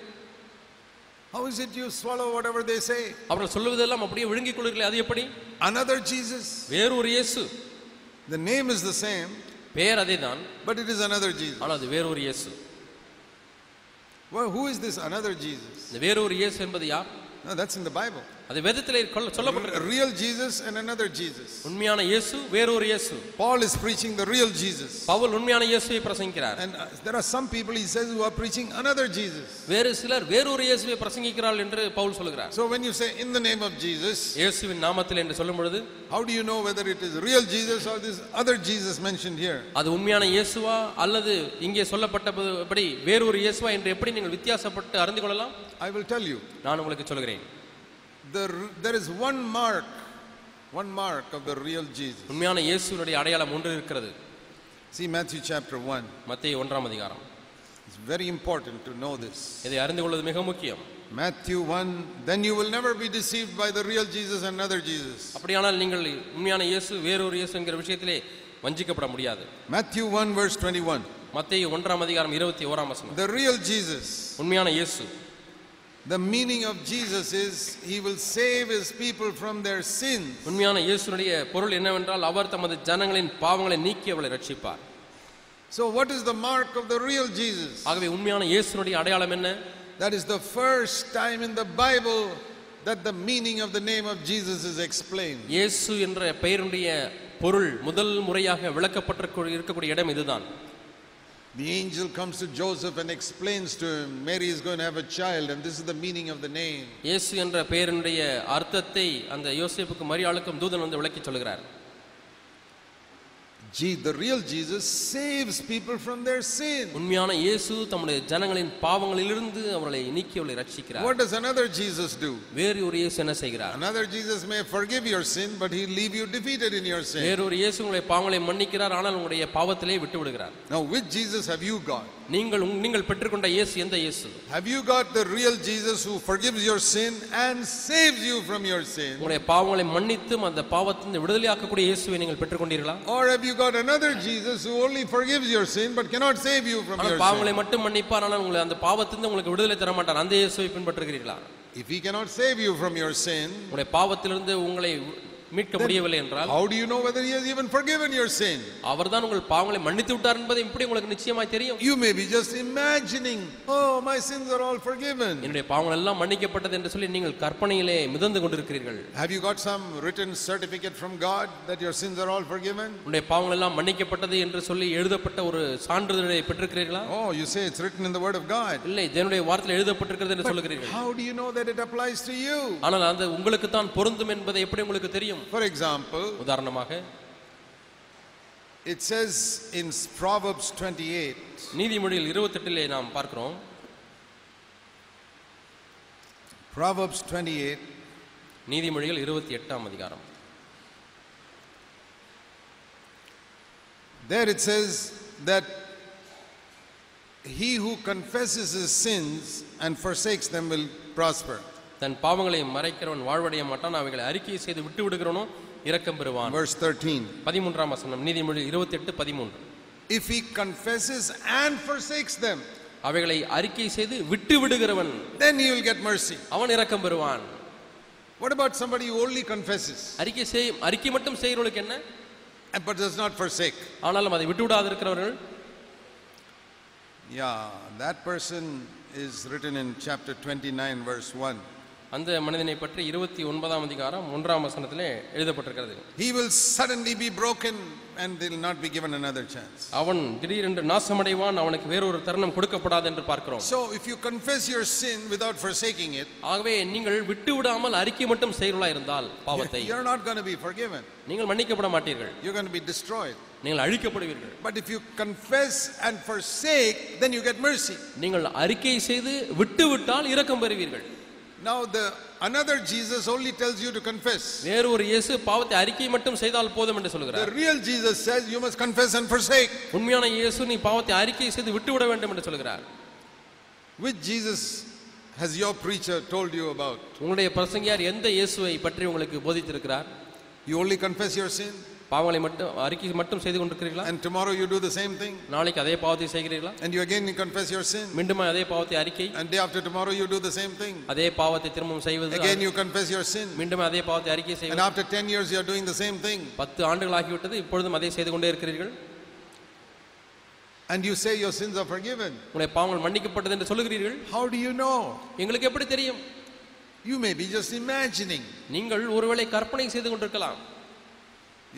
How is it you swallow whatever they say?
அவர்கள் சொல்லுவதெல்லாம் அப்படியே விழுங்கிக் கொள்கிறீர்கள் அது எப்படி
Another Jesus.
வேறொரு இயேசு
The name is the same,
பெயர் அதேதான்
but it is another Jesus.
ஆனால் அது வேறொரு இயேசு
Well, who is this another Jesus?
இந்த வேறொரு இயேசு என்பது யார்
No, that's in the Bible.
அது வேதத்திலே கொள்ள-
A
சொல்லப்பட்டிருக்கு
real Jesus and another Jesus.
உண்மையான இயேசு வேறொரு இயேசு
Paul is preaching the real Jesus.
Pavul உண்மையான இயேசுவை பிரசங்கிக்கிறார்
And uh, there are some people, he says, who are preaching another Jesus.
வேறு சிலர் வேறொரு இயேசுவை பிரசங்கிக்கிறார்கள் என்று பவுல் சொல்கிறார்
So when you say in the name of Jesus,
இயேசுவின் நாமத்தில் என்று சொல்லும் பொழுது
how do you know whether it is real Jesus or this other Jesus mentioned here?
அது உண்மையான இயேசுவா அல்லது இங்கே சொல்லப்பட்டபடி வேறொரு இயேசுவா என்று எப்படி நீங்கள் வித்தியாசப்பட்டு அறிந்து கொள்ளலாம்
I will tell you.
நான் உங்களுக்கு சொல்கிறேன்
The, r- there is one mark, one mark of the real Jesus.
உண்மையான இயேசுனுடைய அடையாளம் ஒன்று இருக்கிறது
See Matthew chapter 1.
மத்திய ஒன்றாம் அதிகாரம்
It's very important to know this.
இதை அறிந்து கொள்வது மிக முக்கியம்
Matthew 1, then you will never be deceived by the real Jesus and another Jesus.
அப்படியானால் நீங்கள் உண்மையான இயேசு வேறொரு இயேசு என்கிற விஷயத்திலே வஞ்சிக்கப்பட முடியாது
Matthew 1, verse 21.
மத்திய ஒன்றாம் அதிகாரம் இருபத்தி ஓராம் வசனம்
The real Jesus,
உண்மையான இயேசு
the meaning of Jesus is he will save his people from their sins.
உண்மையான இயேசுனுடைய பொருள் என்னவென்றால் அவர் தமது ஜனங்களின் பாவங்களை நீக்கி அவளை ரட்சிப்பார்
So, what is the mark of the real Jesus?
ஆகவே உண்மையான இயேசுனுடைய அடையாளம் என்ன
That is the first time in the Bible that the meaning of the name of Jesus is explained.
இயேசு என்ற பெயருடைய பொருள் முதல் முறையாக விளக்கப்பட்டிருக்க இருக்கக்கூடிய இடம் இதுதான்
The angel comes to Joseph and explains to him, Mary is going to have a child, and this is the meaning of the name.
இயேசு என்ற பெயரினுடைய அர்த்தத்தை அந்த யோசேப்புக்கும் மரியாளுக்கும் தூதன் வந்து விளக்கிச் சொல்கிறார்
Je- the real Jesus saves people from their sin.
உண்மையான இயேசு தம்முடைய ஜனங்களின் பாவங்களிலிருந்து அவர்களை நீக்கி அவளை ரட்சிக்கிறார்
What does another Jesus do?
வேறு ஒரு இயேசு என்ன செய்கிறார்
Another Jesus may forgive your sin, but he'll leave you defeated in your sin.
வேறு ஒரு இயேசு உங்களுடைய பாவங்களை மன்னிக்கிறார் ஆனால் உங்களுடைய பாவத்திலே விட்டு விடுகிறார்
Now, which Jesus have you got?
நீங்கள் உங்- நீங்கள் பெற்றுக்கொண்ட இயேசு எந்த இயேசு
Have you got the real Jesus who forgives your sin and saves you from your sin?
உங்களுடைய பாவங்களை மன்னித்தும் அந்த பாவத்திலிருந்து விடுதலையாக்கக்கூடிய இயேசுவை நீங்கள் பெற்றுக்கொண்டீர்களா
Or have you got another Jesus who only forgives your sin but cannot save you from your
ஆனால்
sin?
பாவங்களை மட்டும் மன்னிப்பார் ஆனால் உங்களை அந்த பாவத்திலிருந்து உங்களுக்கு விடுதலை தர மாட்டார் அந்த இயேசுவை பின்பற்றுகிறீர்களா
If he cannot save you from your sin,
உங்களுடைய பாவத்திலிருந்து உங்களை மீட்க முடியவில்லை என்றால்
how do you know whether he has even forgiven your sin?
அவர்தான் உங்கள் பாவங்களை மன்னித்து விட்டார் என்பது இப்படி உங்களுக்கு நிச்சயமாய் தெரியும்
You may be just imagining, oh, my sins are all forgiven.
என்னுடைய பாவங்கள் எல்லாம் மன்னிக்கப்பட்டது என்று சொல்லி நீங்கள் கற்பனையிலே மிதந்து கொண்டிருக்கிறீர்கள்
Have you got some written certificate from God that your sins are all forgiven?
உன்னுடைய பாவங்கள் எல்லாம் மன்னிக்கப்பட்டது என்று சொல்லி எழுதப்பட்ட ஒரு சான்றிதழை பெற்றிருக்கிறீர்களா
Oh, you say it's written in the Word of God.
இல்லை தேவனுடைய வார்த்தையில் எழுதப்பட்டிருக்கிறது என்று சொல்லுகிறீர்கள்
How do you know that it applies to you?
ஆனால் அது உங்களுக்கு தான் பொருந்தும் என்பது எப்படி உங்களுக்கு தெரியும்
For example,
உதாரணமாக
it says in Proverbs 28,
நீதிமொழியில் இருபத்தெட்டிலே நாம் பார்க்கிறோம்
Proverbs 28,
நீதிமொழிகள் இருபத்தி எட்டாம் அதிகாரம்
there it says that he who confesses his sins and forsakes them will prosper.
தன் பாவங்களை மறைக்கிறவன் வாழ்வடைய மாட்டான் அவைகளை அறிக்கை செய்து விட்டு விடுகிறவனோ இரக்கம் பெறுவான்
Verse 13.
பதிமூன்றாம் வசனம் நீதிமொழி இருபத்தி எட்டு பதிமூன்று
If he confesses and forsakes them,
அவைகளை அறிக்கை செய்து விட்டு விடுகிறவன்
then he will get mercy.
அவன் இரக்கம் பெறுவான்
What about somebody who only confesses
அறிக்கை செய் அறிக்கை மட்டும் செய்கிறவர்களுக்கு என்ன
and- but does not forsake?
ஆனாலும் அதை விட்டு விடாது இருக்கிறவர்கள்
Yeah, that person is written in chapter 29, verse 1.
அந்த மனிதனை பற்றி இருபத்தி ஒன்பதாம் அதிகாரம் ஒன்றாம் வசனத்திலே எழுதப்பட்டிருக்கிறது
He will suddenly be broken and they'll not be given another chance.
அவன் திடீரென்று நாசமடைவான் அவனுக்கு வேறொரு தருணம் கொடுக்கப்படாது என்று பார்க்கிறோம்
So, if you confess your sin without forsaking it,
ஆகவே நீங்கள் விட்டு விடாமல் அறிக்கை மட்டும் செய்கிறவர்களா இருந்தால் பாவத்தை
you're not going to be forgiven.
நீங்கள் மன்னிக்கப்பட மாட்டீர்கள்
You're going to be destroyed.
நீங்கள் அழிக்கப்படுவீர்கள்
But if you confess and forsake, then you get mercy.
நீங்கள் அறிக்கை செய்து விட்டு விட்டால் இரக்கம் பெறுவீர்கள்
Now, the another Jesus only tells you to confess.
வேறு ஒரு இயேசு பாவத்தை அறிக்கை மட்டும் செய்தால் போதும் என்று
The
சொல்கிறார்
real Jesus says you must confess and forsake.
உண்மையான இயேசு நீ பாவத்தை அறிக்கை செய்து விட்டு விட வேண்டும் என்று சொல்கிறார்
Which Jesus has your preacher told you about?
உங்களுடைய பிரசங்கியார் எந்த இயேசுவை பற்றி உங்களுக்கு போதித்திருக்கிறார்
You only confess your sin
பாவங்களை மட்டும் அறிக்கை மட்டும் செய்து கொண்டிருக்கிறீர்களா
and tomorrow you do the same thing
நாளைக்கு அதே பாவத்தை செய்கிறீர்களா
and you again confess your sin
மீண்டும் அதே பாவத்தை அறிக்கை
and day after tomorrow you do the same thing.
அதே பாவத்தை திரும்பவும் செய்வது
Again you confess your sin
மீண்டும் அதே பாவத்தை அறிக்கை
and
செய்வது
after 10 years you are doing the same thing
பத்து ஆண்டுகள் ஆகிவிட்டது இப்பொழுதும் அதே செய்து கொண்டே இருக்கிறீர்கள்
and you say your sins are forgiven.
உங்களுடைய பாவங்கள் மன்னிக்கப்பட்டது என்று சொல்லுகிறீர்கள்
How do you know?
எங்களுக்கு எப்படி தெரியும்
You may be just imagining.
நீங்கள் ஒருவேளை கற்பனை செய்து கொண்டிருக்கலாம்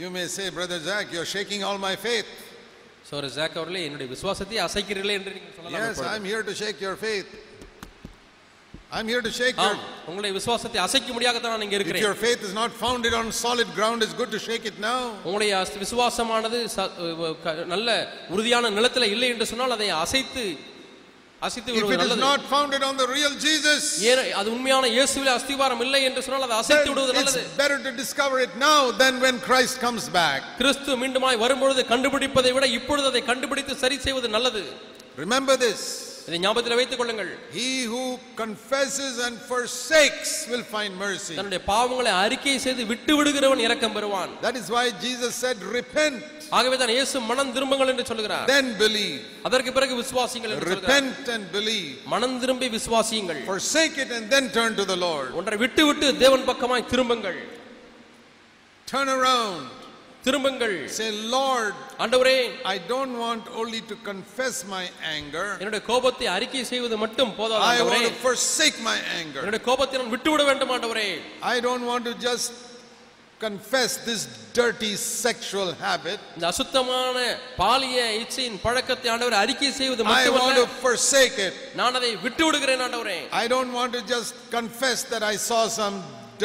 You may say, Brother Jack, you're shaking all my faith.
சோர ஜாக் அவர்களே என்னுடைய விசுவாசத்தை அசைக்கிறீர்களே என்று நீங்கள் சொல்லலாம்
Yes,
இப்பொழுது.
I'm here to shake your faith. I'm here to shake your
ஆம் உங்களுடைய விசுவாசத்தை அசைக்க முடியாததான் நான் இங்க
If
இருக்கிறேன்
your faith is not founded on solid ground, it's good to shake it now.
உங்களுடைய அஸ்- விசுவாசமானது ச- அஹ், க- நல்ல உறுதியான நிலத்துல இல்லை என்று சொன்னால் அதை அசைத்து அசைத்து
If
விடுவது
it is
நல்லது
not founded on the real Jesus,
ஏன் அது உண்மையான இயேசுவில் அஸ்திவாரம் இல்லை என்று சொன்னால் அதை
then
அசைத்து விடுவது நல்லது
it's better to discover it now than when Christ comes back.
கிறிஸ்து மீண்டுமாய் வரும்பொழுது கண்டுபிடிப்பதை விட இப்பொழுது அதை கண்டுபிடித்து சரி செய்வது நல்லது
Remember this
இதை ஞாபகத்தில் வைத்துக் கொள்ளுங்கள்
He who confesses and forsakes will find mercy.
தன்னுடைய பாவங்களை அறிக்கை செய்து விட்டு விடுகிறவன் இரக்கம் பெறுவான்
That is why Jesus said, Repent,
ஆகவே தான் இயேசு மனம் திரும்புங்கள் என்று சொல்கிறார்
then believe.
அதற்கு பிறகு விசுவாசிங்கள் என்று சொல்கிறார்
Repent and believe.
மனம் திரும்பி விசுவாசியுங்கள்
Forsake it and then turn to the Lord.
ஒன்றை விட்டு விட்டு தேவன் பக்கமாய் திரும்புங்கள்
Turn around.
திரும்புங்கள்
Say, Lord,
ஆண்டவரே
I don't want only to confess my anger,
என்னுடைய கோபத்தை அறிக்கை செய்வது மட்டும் போதாது
I
ஆண்டவரே
want to forsake my anger.
என்னுடைய கோபத்தை நான் விட்டு விட வேண்டும் ஆண்டவரே
I don't want to just confess this dirty sexual habit.
இந்த அசுத்தமான பாலிய இச்சையின் பழக்கத்தை ஆண்டவரை அறிக்கை செய்வது
I want to
மட்டுமல்ல
forsake it.
நான் அதை விட்டு விடுகிறேன் ஆண்டவரே
I don't want to just confess that I saw some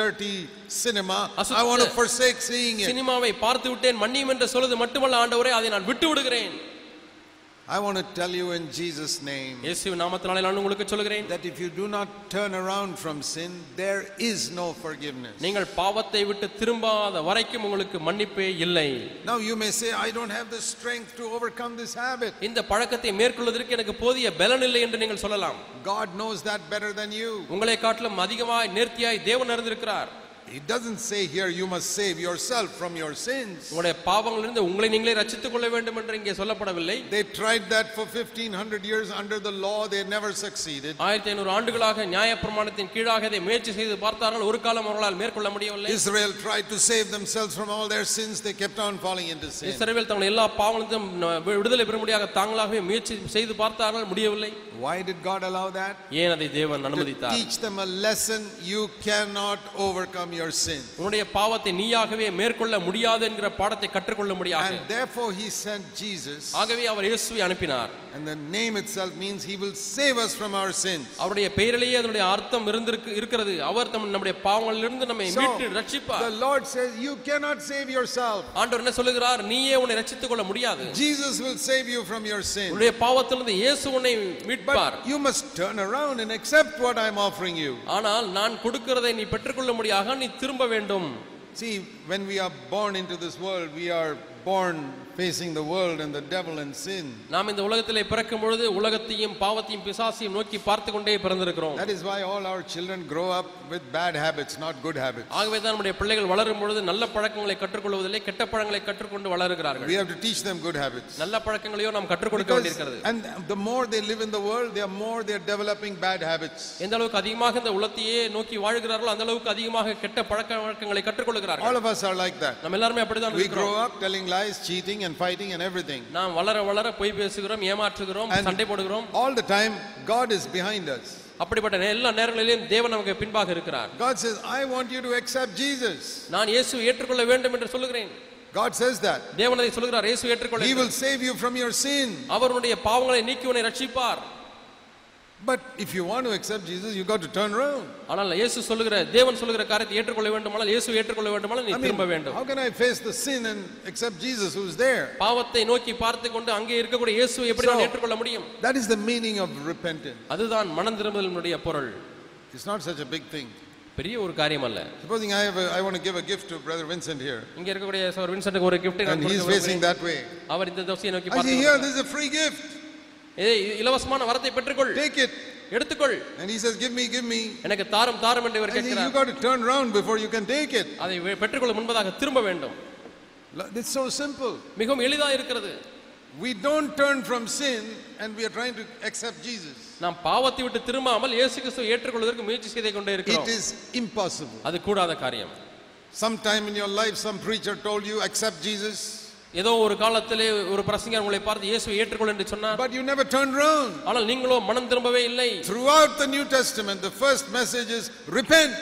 dirty cinema.
Asuttha-
I want to forsake seeing it.
சினிமாவை பார்த்து விட்டேன் மன்னியும் என்று சொல்வது மட்டுமல்ல ஆண்டவரே அதை நான் விட்டு விடுகிறேன்
I want to tell you in Jesus' name
இயேசு நாமத்தினாலே நான் உங்களுக்கு சொல்கிறேன்
that if you do not turn around from sin, there is no forgiveness.
நீங்கள் பாவத்தை விட்டு திரும்பாத வரைக்கும் உங்களுக்கு மன்னிப்பே இல்லை
Now you may say, I don't have the strength to overcome this habit.
இந்த பழக்கத்தை மேற்கொள்வதற்கு எனக்கு போதிய பலன் இல்லை என்று நீங்கள் சொல்லலாம்
God knows that better than you.
உங்களை காட்டிலும் அதிகமாய் நேர்த்தியாய் தேவன் அறிந்திருக்கிறார்
He doesn't say here you must save yourself from your sins.
உங்களுடைய பாவங்களிலிருந்து உங்களை நீங்களே ரட்சித்துக் கொள்ள வேண்டும் என்று இங்கே சொல்லப்படவில்லை
They tried that for 1500 years under the law, they never succeeded.
ஆயிரத்தி ஐநூறு ஆண்டுகளாக நியாயப்பிரமாணத்தின் கீழாக இதை முயற்சி செய்து பார்த்தார்கள் ஒரு காலம் அவர்களால் மேற்கொள்ள முடியவில்லை
Israel tried to save themselves from all their sins, they kept on falling into sin.
இஸ்ரவேல் தங்கள் எல்லா பாவங்களுக்கும் ந- விடுதலை பெறும்படியாக தாங்களாகவே முயற்சி செய்து பார்த்தார்கள் முடியவில்லை
Why did God allow that?
ஏன் அதை தேவன்
To
அனுமதித்தார்
teach them a lesson you cannot overcome your sin.
உன்னுடைய பாவத்தை நீயாகவே மேற்கொள்ள முடியாது என்கிற பாடத்தை கற்றுக்கொள்ளும்படியாக
And therefore he sent Jesus.
ஆகவே அவர் இயேசுவை அனுப்பினார்
And the name itself means he will save us from our sins.
அவருடைய பெயரிலேயே அதனுடைய அர்த்தம் இருந்திருக்கு இருக்கிறது அவர் தம் நம்முடைய பாவங்களிலிருந்து நம்மை
So,
மீட்டு
The
ரட்சிப்பார்
Lord says, You cannot save yourself.
ஆண்டவர் என்ன சொல்லுகிறார் நீயே உன்னை ரட்சித்துக் கொள்ள முடியாது
Jesus will save you from your sin.
உன்னுடைய பாவத்திலிருந்து இயேசு உன்னை மீட்பார்
But you must turn around and accept what I'm offering you.
ஆனால் நான் கொடுக்கிறதை நீ பெற்றுக்கொள்ளும்படியாக நீ திரும்ப வேண்டும்
See, when we are born into this world, we are born facing the world and the devil and sin.
நாம் இந்த உலகத்திலே பிறக்கும் பொழுது உலகத்தையும் பாவத்தையும் பிசாசையும் நோக்கி பார்த்து கொண்டே பிறந்திருக்கிறோம்
That is why all our children grow up with bad habits, not good habits.
ஆகவே தான் நம்முடைய பிள்ளைகள் வளரும் பொழுது நல்ல பழக்கங்களை கற்றுக்கொள்வதில்லை கெட்ட பழங்களை கற்றுக்கொண்டு வளருகிறார்கள்
We have to teach them good habits.
நல்ல பழக்கங்களையோ நாம் கற்றுக் கொடுக்க
Because-
வேண்டியிருக்கிறது
and the more they live in the world, the more they are developing bad habits.
எந்த அளவுக்கு அதிகமாக இந்த உலகத்தையே நோக்கி வாழ்கிறார்களோ அந்த அளவுக்கு அதிகமாக கெட்ட பழக்க வழக்கங்களை கற்றுக்கொள்கிறார்கள்
All of us are like that.
நம்ம எல்லாருமே அப்படிதான்
We
இருக்கிறோம்
grow up telling lies, cheating, and fighting, and everything.
நாம் வளர வளர பொய் பேசுகிறோம் ஏமாற்றுகிறோம்
And-
சண்டை போடுகிறோம்
All the time, God is behind us.
அப்படிப்பட்ட நே- எல்லா நேரங்களிலும் தேவன் நமக்கு பின்பாக இருக்கிறார்
God says, I want you to accept Jesus.
நான் இயேசுவை ஏற்றுக்கொள்ள வேண்டும் என்று சொல்லுகிறேன்
God says that.
தேவன் அதை சொல்கிறார் இயேசு ஏற்றுக்கொள்ள
He
வேண்டும்.
will save you from your sin.
அவருடைய பாவங்களை நீக்கி உன்னை ரட்சிப்பார்
But if you want to accept Jesus, you got to turn around.
ஆனால் இயேசு சொல்லுகிற தேவன் சொல்லுகிற காரியத்தை ஏற்றுக்கொள்ள வேண்டுமானால் இயேசு ஏற்றுக்கொள்ள வேண்டுமானால் நீ
I mean,
திரும்ப வேண்டும்
how can I face the sin and accept Jesus who's there?
பாவத்தை நோக்கி பார்த்து கொண்டு அங்கே இருக்கக்கூடிய இயேசுவை எப்படி
So-
நான் ஏற்றுக்கொள்ள முடியும்
That is the meaning of repentance.
அதுதான் மனம் திரும்புதலினுடைய பொருள்
It's not such a big thing.
பெரிய ஒரு காரியம் அல்ல
Supposing I have a, I want to give a gift to Brother Vincent here,
இங்க இருக்கக்கூடிய சார் வின்சென்ட்க்கு ஒரு gift நான்
and he's
கொடுக்க
facing
விரும்புகிறேன்.
that way.
அவர் இந்த தோசையை நோக்கி
I
பார்த்து
say, here,
கொண்டிருக்கிறார்.
this is a free gift.
ஏய் இது இலவசமான வரத்தை பெற்றுக்கொள்
Take it.
எடுத்துக்கொள்
And he says, give me, give me.
எனக்கு தாரும் தாரும் என்று இவர்
I say, you
கேட்கிறார்
got to turn around before you can take it.
அதை வெ- பெற்றுக்கொள்ள முன்பதாக திரும்ப வேண்டும்
Lo- It's so simple.
மிகவும் எளிதா இருக்கிறது
We don't turn from sin and we are trying to accept Jesus.
நாம் பாவத்தை விட்டு திரும்பாமல் இயேசு கிறிஸ்துவை ஏற்றுக்கொள்வதற்கு முயற்சி செய்து கொண்டே
It
இருக்கிறோம்
is impossible.
அது கூடாத காரியம்
Sometime in your life, some preacher told you, accept Jesus,
ஏதோ ஒரு காலத்திலே ஒரு பிரசங்கர் உங்களை பார்த்து இயேசுவை ஏற்றுக்கொள் என்று சொன்னார்
but you never turned around.
ஆனால் நீங்களோ மனம் திரும்பவே இல்லை
Throughout the New Testament, the first message is repent,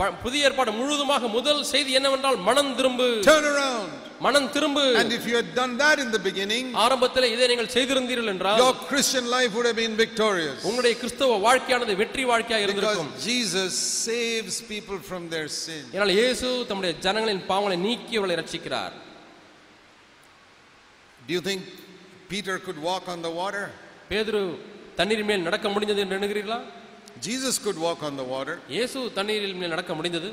ப- புதிய ஏற்பாடு முழுவதுமாக முதல் செய்தி என்னவென்றால் மனம் திரும்பு
turn around.
மனம் திரும்பு
And if you had done that in the beginning,
Ah. ஆரம்பத்தில் இதை நீங்கள் செய்திருந்தீர்கள் என்றால்
your Christian life would have been victorious.
உங்களுடைய கிறிஸ்தவ வாழ்க்கையானது வெற்றி வாழ்க்கையாக இருந்திருக்கும்
Because Jesus saves people from their sin.
ஏனால் இயேசு தம்முடைய ஜனங்களின் பாவங்களை நீக்கி அவர்களை ரட்சிக்கிறார்
Do you think Peter could walk on the water?
பேதுரு தண்ணீர் மேல் நடக்க முடிந்தது என்று எண்ணுகிறீர்களா
Jesus could walk on the water.
இயேசு தண்ணீரில் மேல் நடக்க முடிந்தது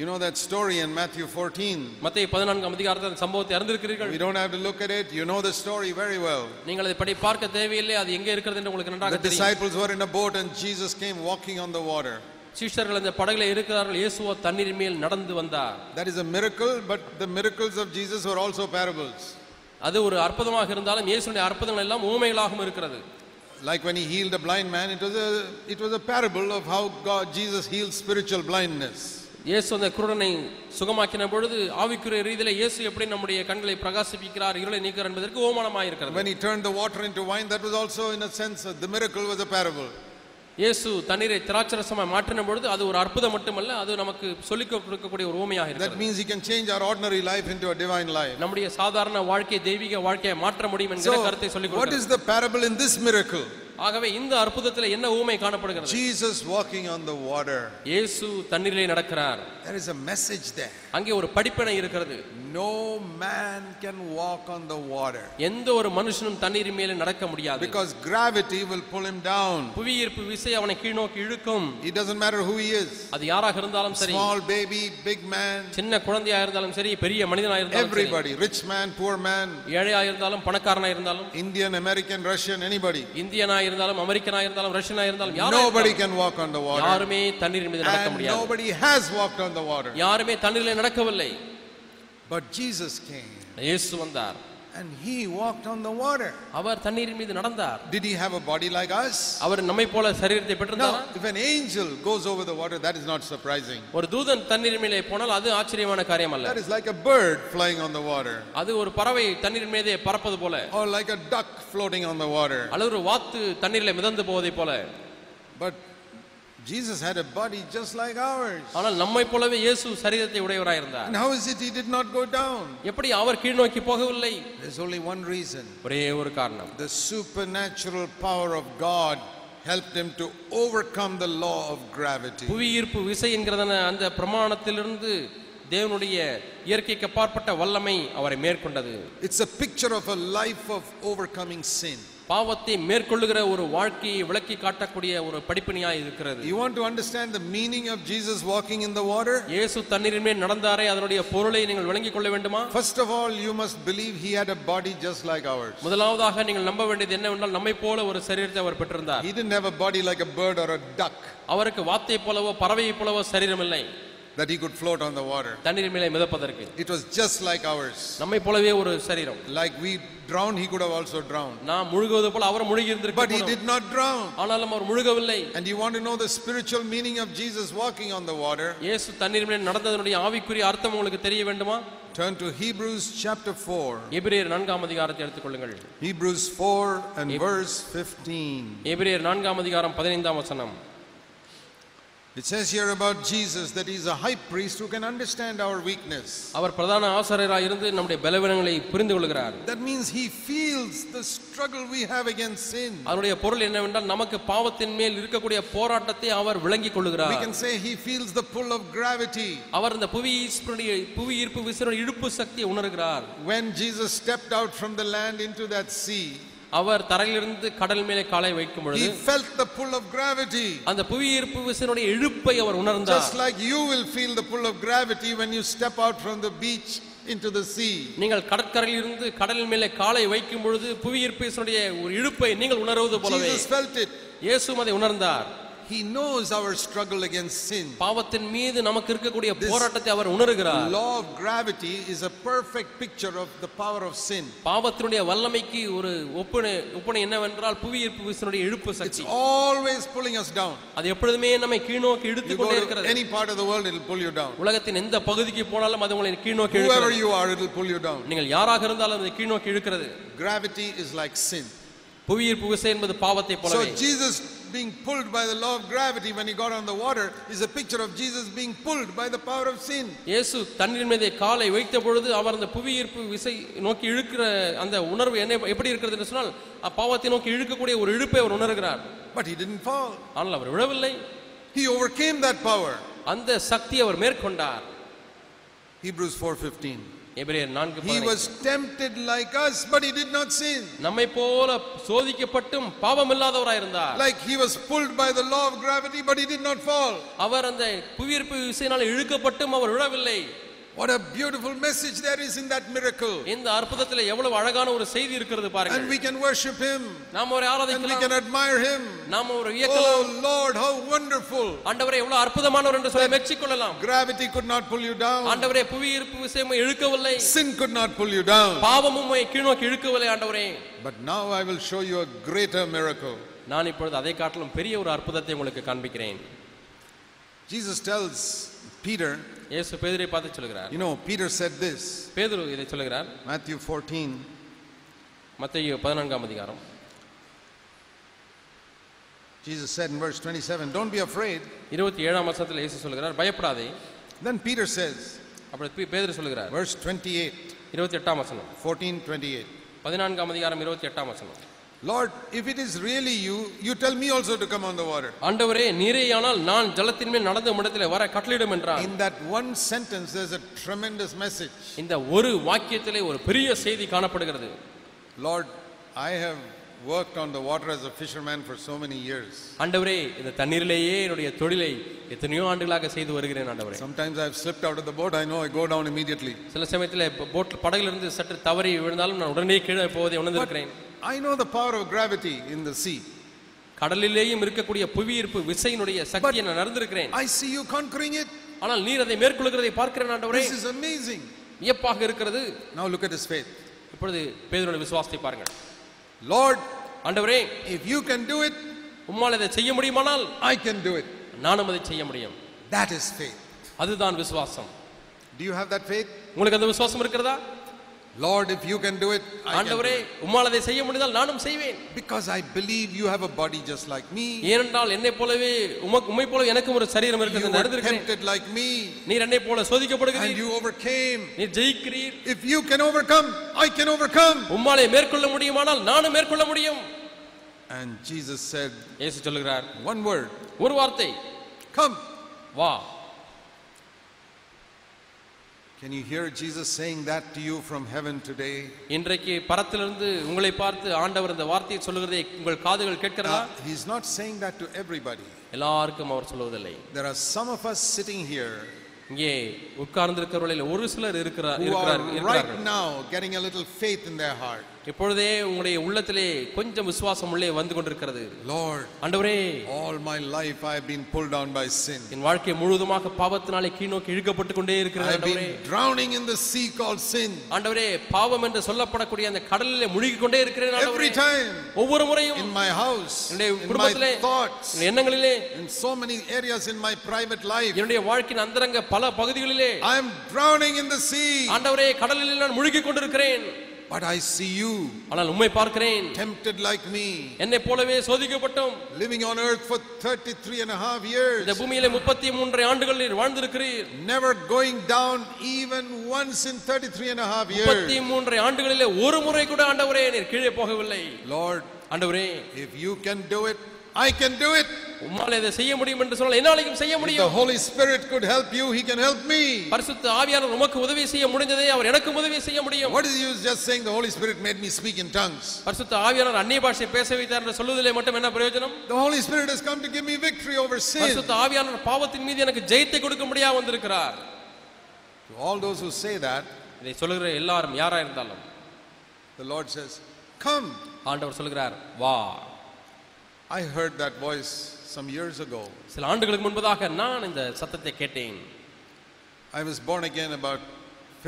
You know that story in Matthew 14.
மத்திய பதினான்காம் அதிகாரத்தில் அந்த சம்பவத்தை அறிந்திருக்கிறீர்கள்
We don't have to look at it. You know the story very well.
நீங்கள் அதை படி பார்க்க தேவையில்லை அது எங்கே இருக்கிறது என்று உங்களுக்கு
The
நன்றாக தெரியும்
disciples were in a boat and Jesus came walking on the water.
சீஷர்கள் அந்த படகுல இருக்கிறார்கள் இயேசுவோ தண்ணீர் மேல் நடந்து வந்தார்
That is a miracle, but the miracles of Jesus were also parables.
அது ஒரு அற்புதமாக இருந்தாலும் இயேசுடைய அற்புதங்கள் எல்லாம் ஊமைகளாகவும் இருக்கிறது
Like when he healed a blind man, it was a, it was a parable of how God, Jesus healed spiritual blindness.
இயேசு அந்த குருடனை சுகமாக்கின பொழுது ஆவிக்குரிய ரீதியில இயேசு எப்படி நம்முடைய கண்களை பிரகாசிப்பிக்கிறார் இருளை நீக்கிறார் என்பதற்கு ஓமானமாக இருக்கிறது
When he turned the water into wine, that was also, in a sense, the miracle was a parable.
இயேசு தண்ணீரை திராட்சரசமாக மாற்றின பொழுது அது ஒரு அற்புதம் மட்டுமல்ல அது நமக்கு சொல்லிக் கொடுக்கக்கூடிய ஒரு ஓமையாக
That
இருக்கிறது
means he can change our ordinary life into a divine life.
நம்முடைய சாதாரண வாழ்க்கையை தெய்வீக வாழ்க்கையை மாற்ற முடியும் என்கிற
So,
கருத்தை சொல்லிக்
what
கொடுக்கிறது
is the parable in this miracle?
ஆகவே இந்த அற்புதத்துல என்ன ஊமை காணப்படுகிறது
Jesus walking on the water.
இயேசு தண்ணீரிலே நடக்கிறார்
There is a message there.
அங்கே ஒரு படிப்பினை இருக்கிறது
No man can walk on the water
எந்த ஒரு மனுஷனும் தண்ணீர் மேலே நடக்க முடியாது
because gravity will pull him down.
புவியீர்ப்பு விசை அவனை கீழ்நோக்கி இழுக்கும்
It doesn't matter who he is
அது யாராக இருந்தாலும் சரி
small baby, big man,
சின்ன குழந்தையா இருந்தாலும் சரி பெரிய மனிதனா இருந்தாலும் சரி,
everybody, rich man, poor man,
ஏழையா இருந்தாலும் பணக்காரனா இருந்தாலும்
Indian, American, Russian, anybody.
இந்தியனா இருந்தாலும் அமெரிக்கனா இருந்தாலும் ரஷ்யனா இருந்தாலும் யாரா
Nobody
இருந்தாலும்
can walk on the water.
யாருமே தண்ணீர் மீது நடக்க
And
முடியாது
nobody has walked on the water.
யாருமே தண்ணீரில் நடக்கவில்லை
But Jesus came
இயேசு வந்தார்
and he walked on the water.
அவர் தண்ணீர் மீது நடந்தார்
Did he have a body like us?
அவர் நம்மை போல சரீரத்தை பெற்றிருந்தாரா
No. If an angel goes over the water, that is not surprising.
ஒரு தூதன் தண்ணீர் மேலே போனால் அது ஆச்சரியமான காரியம் அல்ல
That is like a bird flying on the water,
அது ஒரு பறவை தண்ணீர் மீதே பறப்பது போல
or like a duck floating on the water.
அல்லது ஒரு வாத்து தண்ணீரில் மிதந்து போவதை போல
But Jesus had a body just like ours.
ஆனால் நம்மை போலவே இயேசு சரீரத்தை உடையவராயிருந்தார்
And how is it he did not go down?
எப்படி அவர் கீழ் நோக்கி போகவில்லை
There's only one reason.
ஒரே ஒரு காரணம்
The supernatural power of God helped him to overcome the law of gravity.
புவியீர்ப்பு விசை என்கிறதான அந்த பிரமாணத்திலிருந்து தேவனுடைய இயற்கைக்கு அப்பாற்பட்ட வல்லமை அவரை மேற்கொண்டது
It's a picture of a life of overcoming sin.
பாவத்தை மேற்கொள்ளுகிற ஒரு வாழ்க்கையை விளக்கி காட்டக்கூடிய ஒரு படிப்பினையாய் இருக்கிறது
You want to understand the meaning of Jesus walking in the water?
இயேசு தண்ணீரின் மேல் நடந்தாரே அதனுடைய பொருளை நீங்கள் விளங்கிக் கொள்ள வேண்டுமா
First of all, you must believe he had a body just like ours.
முதலாவதாக நீங்கள் நம்ப வேண்டியது என்னவென்றால் நம்மை போல ஒரு சரீரத்தை அவர் பெற்றிருந்தார்
He didn't have a body like a bird or a duck
அவருக்கு வாத்தை போலவோ பறவையை போலவோ சரீரம் இல்லை
that he could float on the water.
தண்ணீர் மேலே மிதப்பதற்கு
It was just like ours.
நம்மை போலவே ஒரு சரீரம்
Like we drowned, he could have also drowned.
நாம் முழுகுவது போல அவரும் முழுகி
But he
இருந்திருக்க
did not drown.
ஆனாலும் அவர் முழுகவில்லை
And you want to know the spiritual meaning of Jesus walking on the water?
இயேசு தண்ணீர் மேல் நடந்ததனுடைய ஆவிக்குரிய அர்த்தம் உங்களுக்கு தெரிய வேண்டுமா
Turn to Hebrews chapter 4.
எபிரேயர் நான்காம் அதிகாரத்தை எடுத்துக்கொள்ளுங்கள்
Hebrews 4 and verse 15.
எபிரேயர் நான்காம் அதிகாரம் பதினைந்தாம் வசனம்
It says here about Jesus that he's a high priest who can understand our weakness.
அவர் பிரதான ஆசாரியராக இருந்து நம்முடைய பலவீனங்களை புரிந்து கொள்கிறார்
That means he feels the struggle we have against sin.
அதனுடைய பொருள் என்னவென்றால் நமக்கு பாவத்தின் மேல் இருக்கக்கூடிய போராட்டத்தை அவர் விளங்கிக்
We
கொள்கிறார்
can say he feels the pull of gravity.
அவர் இந்த புவி ஈர்ப்பினுடைய புவி ஈர்ப்பு விசிறுடைய இழுப்பு சக்தியை உணர்கிறார்
When Jesus stepped out from the land into that sea,
அவர் தரையிலிருந்து கடல் மேலே காலை வைக்கும்
he
பொழுது
felt the pull of gravity.
அந்த புவி ஈர்ப்பு விசிறுடைய இழுப்பை அவர் உணர்ந்தார்
Just like you will feel the pull of gravity when you step out from the beach into the sea.
நீங்கள் கடற்கரையில் இருந்து கடல் மேலே காலை வைக்கும் பொழுது புவி ஈர்ப்பினுடைய ஒரு இழுப்பை நீங்கள் உணர்வது போலவே
Jesus felt it.
இயேசுவும் அதை உணர்ந்தார்
He knows our struggle against sin.
பாவத்தின் மீது நமக்கு இருக்கக்கூடிய போராட்டத்தை அவர் உணர்கிறார்
The law of gravity is a perfect picture of the power of sin.
பாவத்தினுடைய வல்லமைக்கு ஒரு ஒப்பனை ஒப்பனை என்னவென்றால் புவி ஈர்ப்பு விசனுடைய இழுப்பு
It's
Sakthi
always pulling us down.
அது எப்பொழுதுமே நம்மை கீழ்நோக்கி இழுத்து
You go
கொண்டே
to
இருக்கிறது
any part of the world, it'll pull you down.
உலகத்தின் எந்த பகுதிக்கு போனாலும் அது உங்களை கீழ்நோக்கி
Whoever
இழுக்கிறது
you are, it'll pull you down.
நீங்கள் யாராக இருந்தாலும் அது கீழ்நோக்கி இழுக்கிறது
Gravity is like sin.
புவி ஈர்ப்பு விசை என்பது பாவத்தை
So
போலவே
Jesus being pulled by the law of gravity when he got on the water is a picture of Jesus being pulled by the power of sin.
இயேசு தண்ணீர் மீது காலை வைத்த பொழுது அவர் அந்த புவி ஈர்ப்பு விசை நோக்கி இழுக்கிற அந்த உணர்வு என்ன எப்படி இருக்கிறது என்று சொன்னால் அப் பாவத்தை நோக்கி இழுக்கக்கூடிய ஒரு இழுப்பை அவர் உணர்கிறார்
But he didn't fall.
ஆனால் அவர் விழவில்லை
He overcame that power.
அந்த சக்தியை அவர் மேற்கொண்டார்
Hebrews 4:15.
எபிரேயர் நான்கு
He
பதினைந்து.
was tempted like us, but he did not sin.
நம்மை போல சோதிக்கப்பட்டும் பாவமில்லாதவராய் இருந்தார்
Like he was pulled by the law of gravity, but he did not fall.
அவர் அந்த புவியீர்ப்பு விசையினால் இழுக்கப்பட்டும் அவர் விழவில்லை
What a beautiful message there is in that miracle.
இந்த அற்புதத்தில் எவ்வளவு அழகான ஒரு செய்தி இருக்கிறது
And
பாருங்கள்
we can worship him
நாம் ஒரு
and we
ஆராதிக்கலாம்
can admire him.
நாம் ஒரு வியக்கலாம்
Oh Lord, how wonderful.
ஆண்டவரே எவ்வளவு அற்புதமானவர் என்று சொல்லி மெச்சிக்கொள்ளலாம்
Gravity could not pull you down.
ஆண்டவரே புவியீர்ப்பு விசையும் இழுக்கவில்லை
Sin could not pull you down.
பாவமும் உம்மை கீழ்நோக்கி இழுக்கவில்லை ஆண்டவரே
But now I will show you a greater miracle.
நான் இப்பொழுது அதை காட்டிலும் பெரிய ஒரு அற்புதத்தை உங்களுக்கு காண்பிக்கிறேன்
Jesus tells Peter,
இயேசு பேதுரை பார்த்து சொல்கிறார்
you know, Peter said this,
பேதுரு இதை சொல்கிறார்
Matthew 14,
மத்திய பதினான்காம் அதிகாரம்
Jesus said in verse 27, Don't be afraid.
இருபத்தி ஏழாம் வருஷத்தில் இயேசு சொல்கிறார் பயப்படாதே
Then Peter says,
அப்புறம் பே- பேதுரு சொல்கிறார்
verse 28,
இருபத்தி எட்டாம் வசனம்
14, 28,
பதினான்காம் அதிகாரம் இருபத்தி எட்டாம் வசனம்
Lord, if it is really you, you tell me also to come on the water.
ஆண்டவரே நீரேயானால் நான் ஜலத்தின் மேல் நடந்த இடத்துல வர கட்டளிடும் என்றார்
In that one sentence, there's a tremendous message.
இந்த ஒரு வாக்கியத்திலே ஒரு பெரிய செய்தி காணப்படுகிறது
Lord, I have worked on the water as a fisherman for so many years.
ஆண்டவரே இந்த தண்ணீரிலேயே என்னுடைய தொழிலை எத்தனையோ ஆண்டுகளாக செய்து வருகிறேன் ஆண்டவரே
Sometimes I've slipped out of the boat, I know I go down immediately.
சில சமயத்தில் போட் படகிலிருந்து சற்று தவறி விழுந்தாலும் நான் உடனே கீழே போவதை உணர்ந்திருக்கிறேன்
I know the power of gravity in the sea.
கடலிலேயும் இருக்கக்கூடிய புவியீர்ப்பு விசையினுடைய சக்தியை நான் அறிந்திருக்கிறேன்
I see you conquering it.
ஆனால் நீர் அதை மேற்கொள்கிறதை பார்க்கிறேன் ஆண்டவரே
This is amazing.
வியப்பாக இருக்கிறது
Now look at his faith.
இப்பொழுது பேதனுடைய விசுவாசத்தை பாருங்கள்
Lord,
ஆண்டவரே
if you can do it,
உம்மால் இதை செய்ய முடியுமானால்
I can do it.
நானும் அதை செய்ய முடியும்
That is faith.
அதுதான் விசுவாசம்
Do you have that faith?
உங்களுக்கு அந்த விசுவாசம் இருக்கிறதா
Lord, if you can do it, I can do
ஆண்டவரே
it.
உம்மால் அதை செய்ய முடிந்தால் நானும் செய்வேன்
Because I believe you have a body just like me.
ஏனென்றால் என்னை போலவே உமக்கு உம்மை போல எனக்கும் ஒரு சரீரம்
You
இருக்கிறது
were
நடந்திருக்கிறேன்
tempted like me
நீர் என்னை போல
and
சோதிக்கப்படுகிறீர்
you overcame.
நீர் ஜெயிக்கிறீர்
If you can overcome, I can overcome.
உம்மாலே மேற்கொள்ள முடியுமானால் நானும் மேற்கொள்ள முடியும்
And Jesus said
இயேசு சொல்லுகிறார்
one word
ஒரு வார்த்தை
Come.
வா
Can you hear Jesus saying that to you from heaven today?
இன்றைக்கு பரத்திலிருந்து உங்களை பார்த்து ஆண்டவர் இந்த வார்த்தையை சொல்லுகிறதை உங்கள் காதுகள் கேட்கிறதா
Uh, he's not saying that to everybody.
எல்லாருக்கும் அவர் சொல்லுவதில்லை
There are some of us sitting here
இங்கே உட்கார்ந்திருக்கிறவர்களில் ஒரு சிலர் இருக்கிறார்
who are
இருக்கிறார்
right
இருக்கிறார்கள்
now getting a little faith in their heart.
இப்பொழுதே உங்களுடைய உள்ளத்திலே கொஞ்சம் விசுவாசம் உள்ளே வந்து கொண்டிருக்கிறது
Lord,
ஆண்டவரே
all my life I have been pulled down by sin.
என் வாழ்க்கை முழுவதுமாக பாவத்தினாலே கீழ்நோக்கி இழுக்கப்பட்டு கொண்டே இருக்கிறது
I've
ஆண்டவரே
been drowning in the sea called sin.
ஆண்டவரே பாவம் என்று சொல்லப்படக்கூடிய அந்த கடலிலே மூழ்கி கொண்டே இருக்கிறேன்
Every
ஆண்டவரே
time
ஒவ்வொரு முறையும்
in my house,
என்னுடைய
in
குடும்பத்திலே
my thoughts,
என்னுடைய எண்ணங்களிலே
in so many areas in my private life,
என்னுடைய வாழ்க்கையின் அந்தரங்க பல பகுதிகளிலே
I am drowning in the sea.
ஆண்டவரே கடலில் நான் முழுகி கொண்டிருக்கிறேன்
But I see you
ஆனால் உம்மை பார்க்கிறேன்
tempted like me,
என்னை போலவே சோதிக்கப்பட்டோம்
living on earth for 33 and a half
இந்த
years,
பூமியிலே முப்பத்தி மூன்றரை ஆண்டுகள் நீர் வாழ்ந்திருக்கிறீர்
never going down even once in 33 and a half
முப்பத்தி
years.
மூன்றரை ஆண்டுகளிலே ஒரு முறை கூட ஆண்டவரே நீர் கீழே போகவில்லை
Lord,
ஆண்டவரே
if you can do it, I can do it.
உம்மால் இதை செய்ய முடியும் என்று சொன்னால் என்னாலையும் செய்ய
If the
முடியும்
Holy Spirit could help you, He can help me.
பரிசுத்த ஆவியானவர் உமக்கு உதவி செய்ய முடிந்ததை அவர் எனக்கும் உதவி செய்ய முடியும்
What is the use just saying the Holy Spirit made me speak in tongues?
பரிசுத்த ஆவியானவர் அந்நிய பாஷை பேச வைத்தார் என்று சொல்வதிலே மட்டும் என்ன பிரயோஜனம்
The Holy Spirit has come to give me victory over sin.
பரிசுத்த ஆவியானவர் பாவத்தின் மீது எனக்கு ஜெயத்தை கொடுக்க முடியாது வந்திருக்கிறார்
To all those who say that,
இதை சொல்லுகிற எல்லாரும் யாரா இருந்தாலும்
the Lord says, Come.
ஆண்டவர் சொல்லுகிறார் வா
I heard that voice some years ago.
சில ஆண்டுகளுக்கு முன்பதாக நான் இந்த சத்தத்தை கேட்டேன்
I was born again about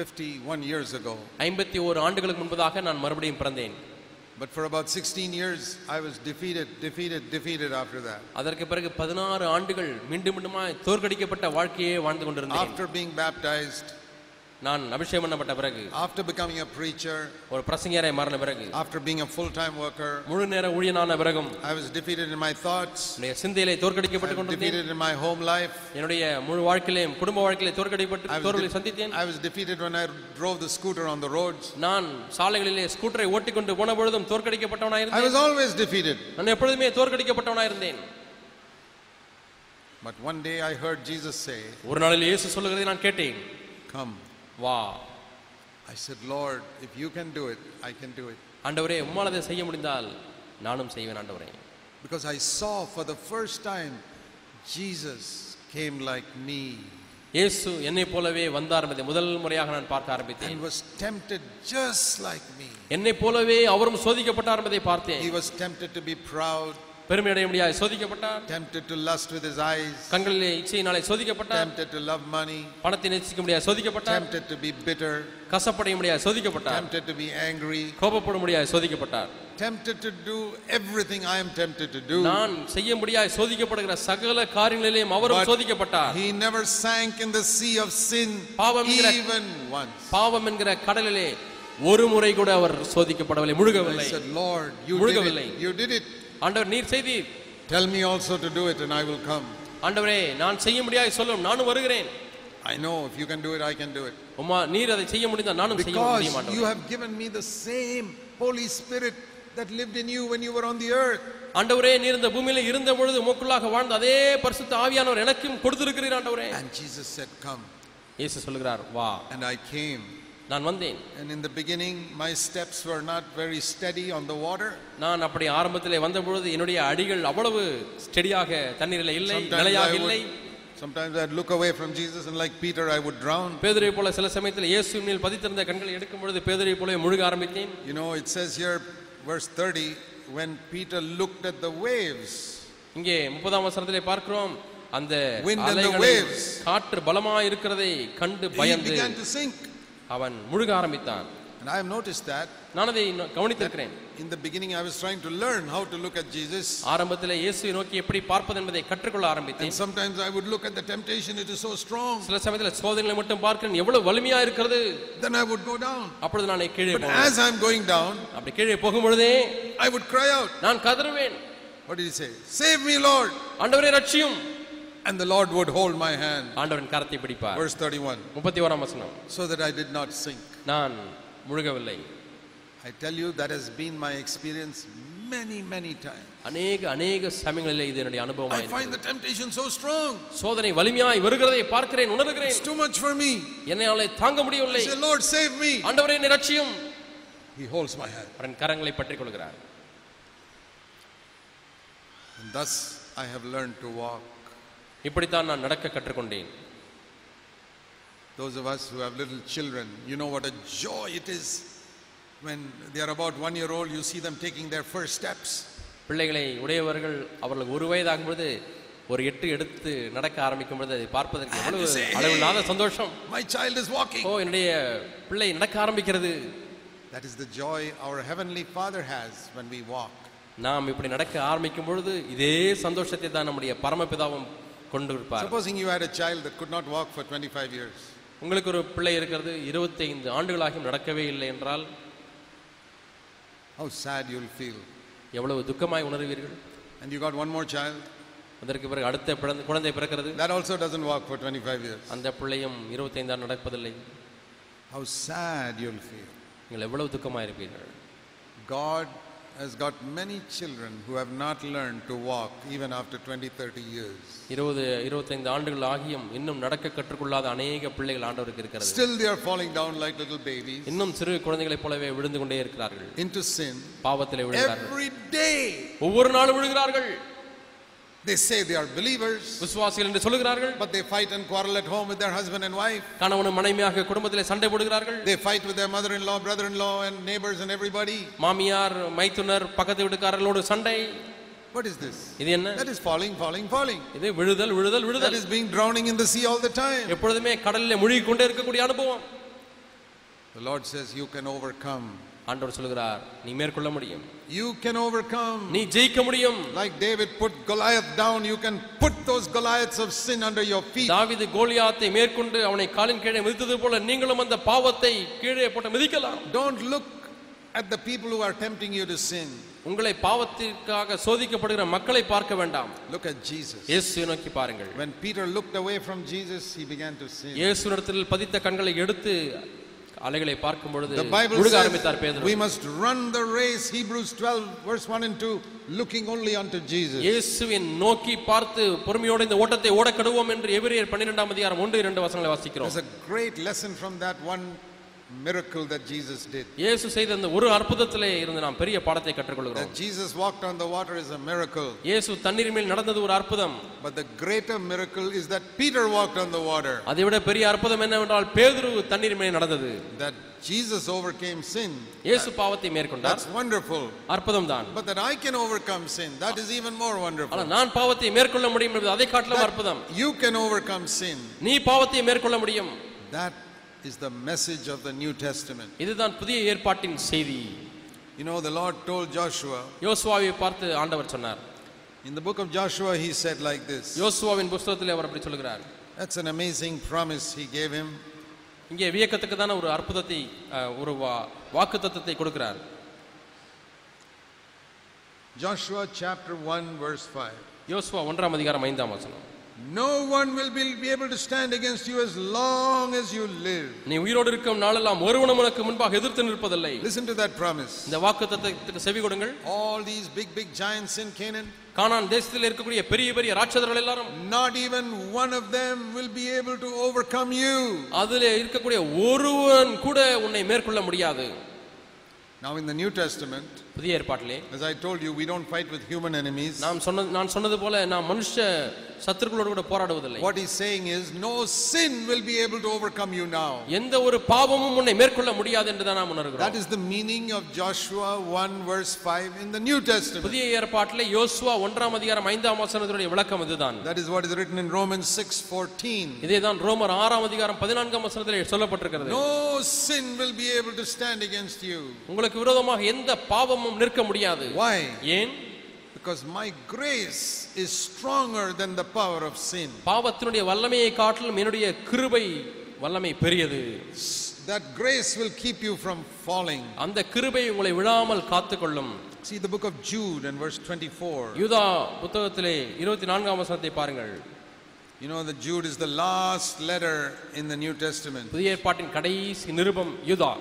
51 years ago.
ஐம்பத்தி ஓரு ஆண்டுகளுக்கு முன்பதாக நான் மறுபடியும் பிறந்தேன்
But for about 16 years, I was defeated, defeated, defeated after that.
அதற்கு பிறகு பதினாறு ஆண்டுகள் மீண்டும் மீண்டுமாய் தோற்கடிக்கப்பட்ட வாழ்க்கையே வாழ்ந்து கொண்டிருந்தேன்
After being baptized,
நான் அபிஷேகம் பண்ணப்பட்ட பிறகு
after becoming a preacher,
ஒரு பிரசங்கரை மாறின பிறகு
after being a full time worker,
முழு நேர ஊழியனான பிறகும்
I was defeated in my thoughts,
என்னுடைய சிந்தையிலே தோற்கடிக்கப்பட்டு
I was
கொண்டிருந்தேன்
defeated in my home life.
என்னுடைய முழு வாழ்க்கையிலேயும் குடும்ப வாழ்க்கையிலே
I
தோற்கடிக்கப்பட்டு
was,
தோர்களை
de-
சந்தித்தேன்
I was defeated when I drove the scooter on the roads.
நான் சாலைகளிலே ஸ்கூட்டரை ஓட்டிக்கொண்டு போன பொழுதும் தோற்கடிக்கப்பட்டவனாய்
I was
இருந்தேன்
always defeated.
நான் எப்பொழுதுமே தோற்கடிக்கப்பட்டவனாய் இருந்தேன்
But one day I heard Jesus say,
ஒரு நாளில் இயேசு சொல்லுகிறதை நான் கேட்டேன்
Come.
வா
I said, Lord, if you can do it, I can do it.
ஆண்டவரே உம்மால் அதை செய்ய முடிந்தால் நானும் செய்வேன் ஆண்டவரே
Because I saw for the first time Jesus came like me
இயேசு என்னை போலவே வந்தார் என்பதை முதல் முறையாக நான் பார்க்க ஆரம்பித்தேன்
and was tempted just like me.
என்னை போலவே அவரும் சோதிக்கப்பட்டார் என்பதை பார்த்தேன்
He was tempted to be proud,
பெருமை அடைய முடியாது சோதிக்கப்பட்டார்
tempted to lust with his eyes,
கண்களிலே இச்சையினாலே சோதிக்கப்பட்டார்
tempted to love money,
பணத்தை நேசிக்க முடியாது சோதிக்கப்பட்டார்
tempted to be bitter,
கசப்படைய முடியாது சோதிக்கப்பட்டார்
tempted to be angry,
கோபப்பட முடியாது சோதிக்கப்பட்டார்
tempted to do everything I am tempted to do.
நான் செய்ய முடியாது சோதிக்கப்படுகிற சகல காரியங்களிலேயும் அவரும்
But-
சோதிக்கப்பட்டார்
He never sank in the sea of sin
பாவம் என்கிற-
even once.
பாவம் என்கிற கடலிலே ஒரு முறை கூட அவர் சோதிக்கப்படவில்லை
I
முழுகவில்லை
said, Lord, you did
முழுகவில்லை.
it. You did it.
ஆண்டவர் நீர் செய்தீர்
Tell me also to do it and I will come.
ஆண்டவரே நான் செய்ய முடியாது சொல்லும் நானும் வருகிறேன்
I know if you can do it, I can do it.
உம்மா நீர் அதை செய்ய முடிந்தால் நானும் செய்ய
Because
முடியும்
you
ஆண்டவரே.
have given me the same Holy Spirit that lived in you when you were on the earth.
ஆண்டவரே நீர் இந்த பூமியில இருந்த பொழுது உமக்குள்ளாக வாழ்ந்த அதே பரிசுத்த ஆவியானவர் எனக்கும் கொடுத்திருக்கிறீர் ஆண்டவரே
And Jesus said, Come.
இயேசு சொல்கிறார் வா
And I came.
நான் வந்தேன்
And in the beginning, my steps were not very steady on the water.
நான் அப்படி ஆரம்பத்திலே வந்த பொழுது என்னுடைய அடிகள் அவ்வளவு ஸ்டெடியாக தண்ணீரில் இல்லை
Sometimes
நிலையாக
I
இல்லை
would, sometimes I'd look away from Jesus and like Peter, I would drown.
பேதுரை போல சில சமயத்தில் இயேசுவின் மேல் பதித்திருந்த கண்களை எடுக்கும் பொழுது பேதுரை போல முழுக ஆரம்பித்தேன்
You know, it says here, verse 30, when Peter looked at the waves,
இங்கே முப்பதாம் வசனத்திலே பார்க்கிறோம் அந்த
Wind and the
அலைகளை
waves.
காற்று பலமா இருக்கிறதை கண்டு
he
பயந்து
began to sink.
அவன் முழுக ஆரம்பித்தான்
And I have noticed that
நான் அதை இன்னும் கவனித்திருக்கிறேன்
in the beginning I was trying to learn how to look at Jesus.
ஆரம்பத்தில் இயேசுவை நோக்கி எப்படி பார்ப்பது என்பதை கற்றுக்கொள்ள
And
ஆரம்பித்தேன்
sometimes I would look at the temptation, it is so strong.
சில சமயத்தில் சோதனைகளை மட்டும் பார்க்கிறேன் எவ்வளவு வலிமையா இருக்கிறது
Then I would go down.
அப்பொழுது நான் கீழே
But
போவேன்
as I'm going down,
அப்படி கீழே போகும்பொழுதே
I would cry out.
நான் கதறுவேன்
What did he say? Save me, Lord.
ஆண்டவரே ரட்சியும்
And the Lord would hold my hand.
ஆண்டவரின் கரத்தை பிடிப்பார்
Verse 31.
முப்பத்தி ஓராம் வசனம்
So that I did not sink.
நான் முழுகவில்லை
I tell you, that has been my experience many, many times.
அநேக அநேக சமயங்களிலே இது என்னுடைய
I
அனுபவமாக
find the temptation so strong.
சோதனை வலிமையாய் வருகிறதை பார்க்கிறேன் உணர்கிறேன்
It's too much for me.
என்னாலே தாங்க
I
முடியவில்லை
say, Lord, save me.
ஆண்டவரே என்னை ரட்சியும்
He holds my hand.
அவரின் கரங்களை பற்றிக் கொள்கிறார்
And thus I have learned to walk.
இப்படித்தான் நான் நடக்க கற்றுக்கொண்டேன்
Those of us who have little children, you know what a joy it is when they are about one year old, you see them taking their first steps.
பிள்ளைகளை உடையவர்கள் அவர்களுக்கு ஒரு வயதாகும் பொழுது ஒரு எட்டு எடுத்து நடக்க ஆரம்பிக்கும் பொழுது அதை பார்ப்பதற்கு எவ்வளவு அளவில்லாத சந்தோஷம்
My child is walking.
ஓ என்னுடைய பிள்ளை நடக்க ஆரம்பிக்கிறது
That is the joy our Heavenly Father has when we walk.
நாம் இப்படி நடக்க ஆரம்பிக்கும் பொழுது இதே சந்தோஷத்தை தான் நம்முடைய பரமபிதாவும் கொண்டு இருப்பார்
Supposing you had a child that could not walk for 25 years,
உங்களுக்கு ஒரு பிள்ளை இருக்கிறது இருபத்தைந்து ஆண்டுகளாகியும் நடக்கவே இல்லை என்றால்
how sad you'll feel.
எவ்வளவு துக்கமாய் உணர்வீர்கள்
And you got one more child,
அதற்கு பிறகு அடுத்த பிறந்த குழந்தை பிறக்கிறது
that also doesn't walk for 25 years.
அந்த பிள்ளையும் இருபத்தைந்தாம் நடப்பதில்லை
How sad you'll feel.
நீங்கள் எவ்வளவு துக்கமாக இருப்பீர்கள்
God has got many children who have not learned to walk even after 20, 30 years.
இருபது இருபத்தைந்து ஆண்டுகள் ஆகியும் இன்னும் நடக்க கற்றுக்கொள்ளாத அநேக பிள்ளைகள் ஆண்டவருக்கு இருக்கிறது
Still, they are falling down like little babies
இன்னும் சிறு குழந்தைகளைப் போலவே விழுந்து கொண்டே இருக்கிறார்கள்
into sin.
பாவத்திலே விழுகிறார்கள்
Every day,
ஒவ்வொரு நாளும் விழுகிறார்கள்
they say they are believers,
விசுவாசிகள் என்று சொல்கிறார்கள்
but they fight and quarrel at home with their husband and wife.
கணவனும் மனைவியாக குடும்பத்திலே சண்டை போடுகிறார்கள்
They fight with their mother in law, brother in law, and neighbors and everybody.
மாமியார் மைத்துனர் பக்கத்து வீட்டுக்காரர்களோடு சண்டை
What is this?
இது என்ன
That is falling, falling, falling.
இது விழுதல் விழுதல்
That
விழுதல்
is being drowning in the sea all the time.
எப்பொழுதுமே கடலில் முழுகிக் கொண்டே இருக்கக்கூடிய அனுபவம்
The Lord says, You can overcome.
ஆண்டவர் சொல்கிறார் நீ மேற்கொள்ள முடியும்
You can overcome.
நீ ஜெயிக்க முடியும்
Like David put Goliath down, you can put those Goliaths of sin under your feet.
தாவீது கோலியாத்தை மேற்கொண்டு அவனை காலின் கீழே மிதித்தது போல நீங்களும் அந்த பாவத்தை கீழே போட்டு மிதிக்கலாம்
Don't look at the people who are tempting you to sin.
உங்களை பாவத்திற்காக சோதிக்கப்படுகிற மக்களை பார்க்க வேண்டாம்
Look at Jesus.
இயேசுவை நோக்கி பாருங்கள்
When Peter looked away from Jesus, he began to sin.
இயேசுனிடத்தில் பதித்த கண்களை எடுத்து அலைகளை பார்க்கும் பொழுது
The Bible
முழுக ஆரம்பித்தார்
says
பேதுரு
we must run the race, Hebrews 12, verse 1 and 2, looking only unto Jesus.
இயேசுவின் நோக்கி பார்த்து பொறுமையோடு இந்த ஓட்டத்தை ஓடக்கடுவோம் என்று எபிரேயர் பன்னிரெண்டாம் அதிகாரம் ஒன்று இரண்டு வசனங்களை வாசிக்கிறோம்
There's a great lesson from that one miracle that Jesus did.
இயேசு செய்த அந்த ஒரு அற்புதத்திலே இருந்து நாம் பெரிய பாடத்தை கற்றுக்கொள்கிறோம்
That Jesus walked on the water is a miracle.
இயேசு தண்ணீர் மேல் நடந்தது ஒரு அற்புதம்
But the greater miracle is that Peter walked on the water.
அதைவிட பெரிய அற்புதம் என்னவென்றால் பேதுரு தண்ணீர் மேலே நடந்தது
That Jesus overcame sin.
இயேசு பாவத்தை மேற்கொண்டார்
That's wonderful.
அற்புதம் தான்
But that I can overcome sin, that is even more wonderful.
ஆனால் நான் பாவத்தை மேற்கொள்ள முடியும் என்பது அதை காட்டிலும் அற்புதம்
You can overcome sin.
நீ பாவத்தை மேற்கொள்ள முடியும்
That is the message of the New Testament.
இதுதான் புதிய ஏற்பாட்டின் செய்தி
You know, the Lord told Joshua,
யோசுவாவை பார்த்து ஆண்டவர் சொன்னார்
in the book of Joshua, he said like this.
யோசுவாவின் புஸ்தகத்தில் அவர் அப்படி சொல்கிறார்
That's an amazing promise he gave him.
இங்கே வியக்கத்தக்கதான ஒரு அற்புதத்தை அஹ், ஒரு வாக்கு தத்துவத்தை கொடுக்கிறார்
Joshua chapter 1, verse 5.
யோசுவா ஒன்றாம் அதிகாரம் ஐந்தாம் வசனம்
No one will be be able to stand against you as long as you live.
நீ உயிரோடு இருக்கும் நாளெல்லாம் ஒருவனும் உனக்கு முன்பாக எதிர்த்து நிற்பதில்லை
Listen to that promise.
இந்த வாக்கு தத்துவத்துக்கு செவி கொடுங்கள்
All these big, big giants in Canaan,
கானான் தேசத்தில் இருக்கக்கூடிய பெரிய பெரிய ராட்சதர்கள் எல்லாரும்
not even one of them will be able to overcome you.
அதில் இருக்கக்கூடிய ஒருவன் கூட உன்னை மேற்கொள்ள முடியாது
Now, in the New Testament,
புதிய ஏற்பாட்டிலே
as I told you, we don't fight with human enemies.
நாம் சொன்னது நான் சொன்னது போல நாம் மனுஷ சத்துருக்களோடு கூட போராடுவதில்லை
What he's saying is, no sin will be able to overcome you now.
எந்த ஒரு பாவமும் உன்னை மேற்கொள்ள முடியாது என்று தான் நாம்
That
உணர்கிறோம்
is the meaning of Joshua 1, verse 5 in the New Testament.
புதிய ஏற்பாட்டிலே யோசுவா ஒன்றாம் அதிகாரம் ஐந்தாம் வசனத்தினுடைய விளக்கம் இதுதான்
That is what is written in Romans 6 14.
இதேதான் ரோமர் ஆறாம் அதிகாரம் பதினான்காம் வசனத்திலே சொல்லப்பட்டிருக்கிறது
No sin will be able to stand against you.
உங்களுக்கு விரோதமாக எந்த பாவமும் நிற்க முடியாது
Why?
ஏன்
Because my grace is stronger than the power of sin.
பாவத்தினுடைய வல்லமையை காட்டிலும் என்னுடைய கிருபை வல்லமை பெரியது
That grace will keep you from falling.
அந்த கிருபை உங்களை விழாமல் காத்துக்கொள்ளும்
See the book of Jude and verse 24.
யூதா புத்தகத்திலே இருபத்தி நான்காம் வசனத்தை பாருங்கள்
You know that Jude is the last letter in the New Testament.
புதிய ஏற்பாட்டின் கடைசி நிருபம் யூதா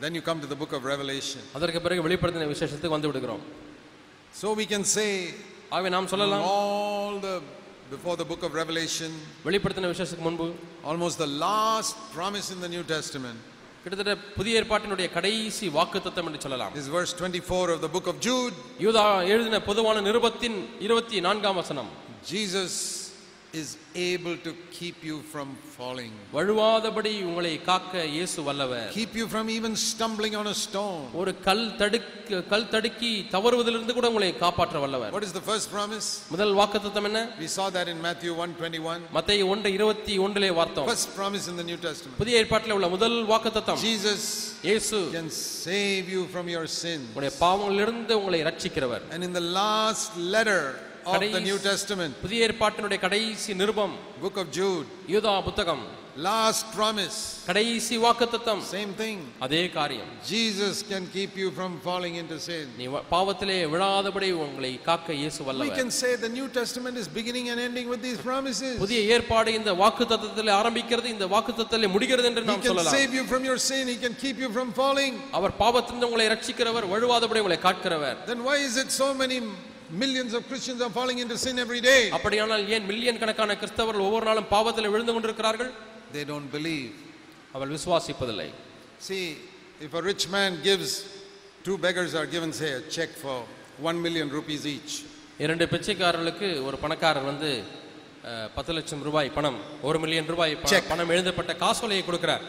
Then you come to the book of Revelation.
அதற்கு பிறகு வெளிப்படுத்தின விசேஷத்துக்கு வந்து விடுகிறோம்
So we can say
ஆகவே நாம் சொல்லலாம்
all the before the book of Revelation,
வெளிப்படுத்தின விசேஷத்துக்கு முன்பு
almost the last promise in the New Testament
கிட்டத்தட்ட புதிய ஏற்பாட்டினுடைய கடைசி வாக்கு என்று சொல்லலாம்
is verse 24 of the book of Jude.
யூதா எழுதின பொதுவான நிருபத்தின் இருபத்தி நான்காம் வசனம்
Jesus is able to keep you from falling,
வழுவாதபடி உங்களை காக்க இயேசு வல்லவர்
keep you from even stumbling on a stone.
ஒரு கல் தடுக்க கல் தடுக்கி தவறுவதிலிருந்து கூட உங்களை காப்பாற்ற வல்லவர்
What is the first promise?
முதல் வாக்குத்தத்தம் என்ன
We saw that in Matthew 1:21.
மத்திய ஒன்று இருபத்தி ஒன்றிலே வார்த்தோம்
First promise in the New Testament.
புதிய ஏற்பாட்டில் உள்ள முதல் வாக்குத்தத்தம்
Jesus
இயேசு
can save you from your sins.
உங்களுடைய பாவங்களிலிருந்து உங்களை ரட்சிக்கிறவர்
And in the last letter of the New Testament,
புதிய ஏற்பாட்டினுடைய கடைசி நிருபம்
book of Jude,
யூதா புத்தகம்
last promise,
கடைசி வாக்குத்தத்தம்
same thing.
அதே காரியம்
Jesus can keep you from falling into sin.
நீ வ- பாவத்திலே விழாதபடி உங்களை காக்க இயேசு
We
வல்லவர்
can say the New Testament is beginning and ending with these promises.
புதிய ஏற்பாடு இந்த வாக்குத்தத்தத்தில் ஆரம்பிக்கிறது இந்த வாக்குத்தத்தத்தில் முடிகிறது என்று
He
நாம்
can
சொல்லலாம்
save you from your sin, He can keep you from falling.
அவர் பாவத்திலிருந்து உங்களை ரட்சிக்கிறவர் வழுவாதபடி உங்களை காக்கிறவர்
Then why is it so many millions of Christians are falling into sin every
Ah.
day?
அப்படியானால் ஏன் மில்லியன் கணக்கான கிறிஸ்தவர்கள் ஒவ்வொரு நாளும் பாவத்தில் விழுந்து கொண்டிருக்கிறார்கள்
They don't believe.
அவள் விசுவாசிப்பதில்லை
See, if a rich man gives, two beggars are given, say, a check for 1 million rupees each.
இரண்டு பிச்சைக்காரர்களுக்கு ஒரு பணக்காரர் வந்து அஹ், பத்து லட்சம் ரூபாய் பணம் ஒரு மில்லியன் ரூபாய் பணம்,
Check.
பணம் எழுதப்பட்ட காசோலையை கொடுக்கிறார்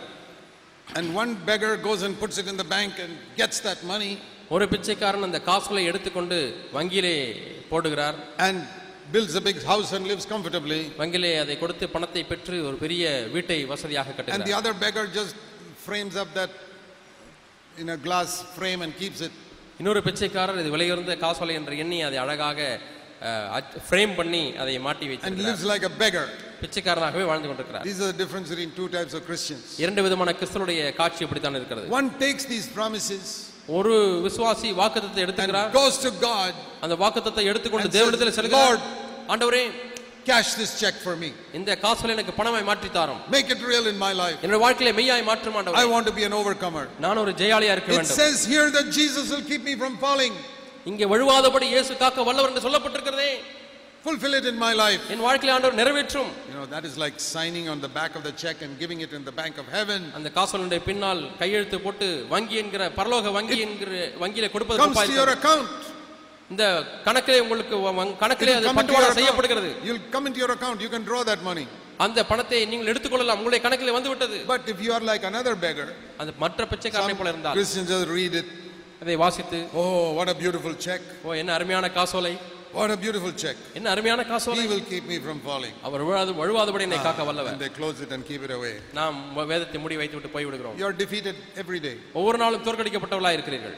And one beggar goes and puts it in the bank and gets that money
ஒரு பிச்சைக்காரன் அந்த காசோலையை எடுத்துக்கொண்டு வங்கியிலே போடுகிறார்
and builds a big house and lives comfortably.
வங்கியிலே அதை கொடுத்து பணத்தை பெற்று ஒரு பெரிய வீட்டை வசதியாக
And the
கட்டுகிறார்
other beggar just frames up that in a glass frame and keeps it.
இன்னொரு பிச்சைக்காரர் இது விலையுறந்த காசோலை என்று எண்ணி அதை அழகாக ஃப்ரேம் பண்ணி அதை மாட்டி
And
வைத்திருக்கிறார்
lives like a beggar.
பிச்சைக்காரனாகவே வாழ்ந்து கொண்டிருக்கிறார்
These are the difference between two types of Christians.
இரண்டு விதமான கிறிஸ்தவருடைய காட்சி இப்படித்தான் இருக்கிறது
One takes these promises
ஒரு விசுவாசி வாக்குத்தத்தை
and
எடுத்துக்கிறார்
goes to God,
அந்த வாக்குத்தத்தை எடுத்துக்கொண்டு
And
தேவனிடத்தில்
says,
செல்கிறார்
"Lord."
ஆண்டவரே
cash this check for me.
இந்த காசுல எனக்கு பணமாய் மாற்றி தாரும்
Make it real in my life.
என்னோட வாழ்க்கையில மெய்யாய் மாற்றும்
I
ஆண்டவரே
want to be an overcomer.
நான் ஒரு ஜெயாலியா இருக்க
It
வேண்டும்
says here that Jesus will keep me from falling.
இங்கே வழுவாதபடி இயேசு காக்க வல்லவர் என்று சொல்லப்பட்டிருக்கிறதே
Fulfill it in my life.
என் வாழ்க்கையில ஆண்டவர் நிறைவேற்றும்
You know, that is like signing on the back of the check and giving it in the bank of heaven.
அந்த காசோலனுடைய பின்னால் கையெழுத்து போட்டு வங்கி என்கிற பரலோக வங்கி என்கிற வங்கியில கொடுப்பது
Comes to
ரூபாய்
your
தான்.
account.
இந்த கணக்கிலே உங்களுக்கு வ- வங்- கணக்கிலே
It'll
அது
come into your
பட்டுவாடா
account.
செய்யப்படுகிறது
You'll come into your account. You can draw that money.
அந்த பணத்தை நீங்கள் எடுத்துக்கொள்ளலாம் உங்களுடைய கணக்கிலே வந்து விட்டது
But if you are like another beggar,
அந்த மற்ற பிச்சைக்காரனை போல இருந்தால்
Christians just read it.
அதை வாசித்து
Oh, what a beautiful check.
ஓ என்ன அருமையான காசோலை
What a beautiful check.
என்ன அருமையான காசோலை
He will keep me from falling.
அவர் விழாது வழுவாதபடி என்னை காக்க
And
வல்லவர்
they close it and keep it away.
நாம் வ- வேதத்தை மூடி வைத்து விட்டு போய் விடுகிறோம்
You are defeated every day.
ஒவ்வொரு நாளும் தோற்கடிக்கப்பட்டவளா இருக்கிறீர்கள்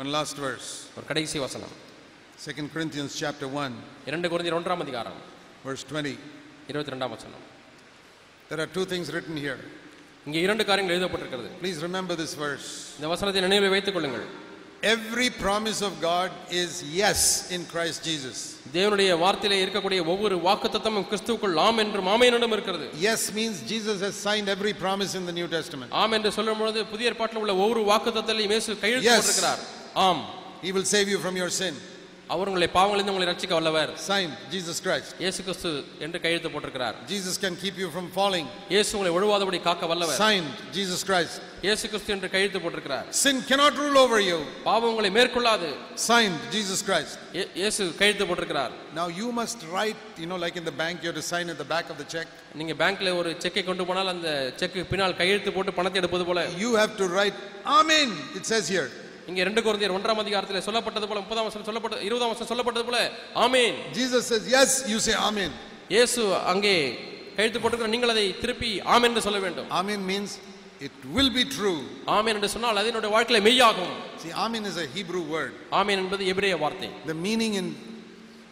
One last verse.
ஒரு கடைசி வசனம்
2 Corinthians chapter 1,
இரண்டு குறைஞ்சர் ஒன்றாம் அதிகாரம்
verse 20.
இருபத்தி ரெண்டாம் வசனம்
There are two things written here.
இங்கே இரண்டு காரியங்கள் எழுதப்பட்டிருக்கிறது
Please remember this verse.
இந்த வசனத்தை நினைவில் வைத்துக் கொள்ளுங்கள்
Every promise of God is yes in Christ Jesus.
தேவனுடைய வார்த்தையிலே இருக்கக்கூடிய ஒவ்வொரு வாக்குத்தத்தமும் கிறிஸ்துவுக்குள் ஆம் என்றும் ஆமையனிடம் இருக்கிறது
Yes means Jesus has signed every promise in the New Testament.
ஆம் என்று சொல்லும் பொழுது புதிய ஏற்பாட்டில் உள்ள ஒவ்வொரு வாக்குத்தத்திலையும் இயேசு கையெழுத்து
Yes.
போட்டிருக்கிறார் ஆம்
He will save you from your sin.
அவர் உங்களை பாவங்களிலிருந்து உங்களை ரட்சிக்க வல்லவர்
Signed Jesus Christ.
இயேசு கிறிஸ்து என்று கையெழுத்து போட்டிருக்கிறார்
Jesus can keep you from falling.
இயேசு உங்களை ஒழுவாதபடி காக்க வல்லவர்
Signed Jesus Christ.
இயேசு கிறிஸ்து என்று கையெழுத்து போட்டிருக்கிறார்
Sin cannot rule over you.
பாவம் உங்களை மேற்கொள்ளாது
Signed Jesus Christ.
இயே- இயேசு கையெழுத்து போட்டிருக்கிறார்
Now you must write, you know, like in the bank, you have to sign at the back of the check.
நீங்க பேங்க்ல ஒரு செக்கை கொண்டு போனால் அந்த செக்கு பின்னால் கையெழுத்து போட்டு பணத்தை எடுப்பது போல
You have to write Amen. It says here.
இங்க ரெண்டு குழந்தையர் ஒன்றாம் அதிகாரத்தில் சொல்லப்பட்டது போல முப்பதாம் வருஷம் சொல்லப்பட்ட இருபதாம் வருஷம் சொல்லப்பட்டது போல ஆமீன்
Jesus says, Yes, you say Amen.
இயேசு அங்கே கையெழுத்து போட்டிருக்கிற நீங்கள் அதை திருப்பி ஆமென் என்று சொல்ல வேண்டும்
Amen means it will be true.
ஆமென் என்று சொன்னால் அது என்னுடைய வாழ்க்கையில மெய்யாகும்
See, Amen is a Hebrew word.
ஆமென் என்பது எபிரேய வார்த்தை
The meaning in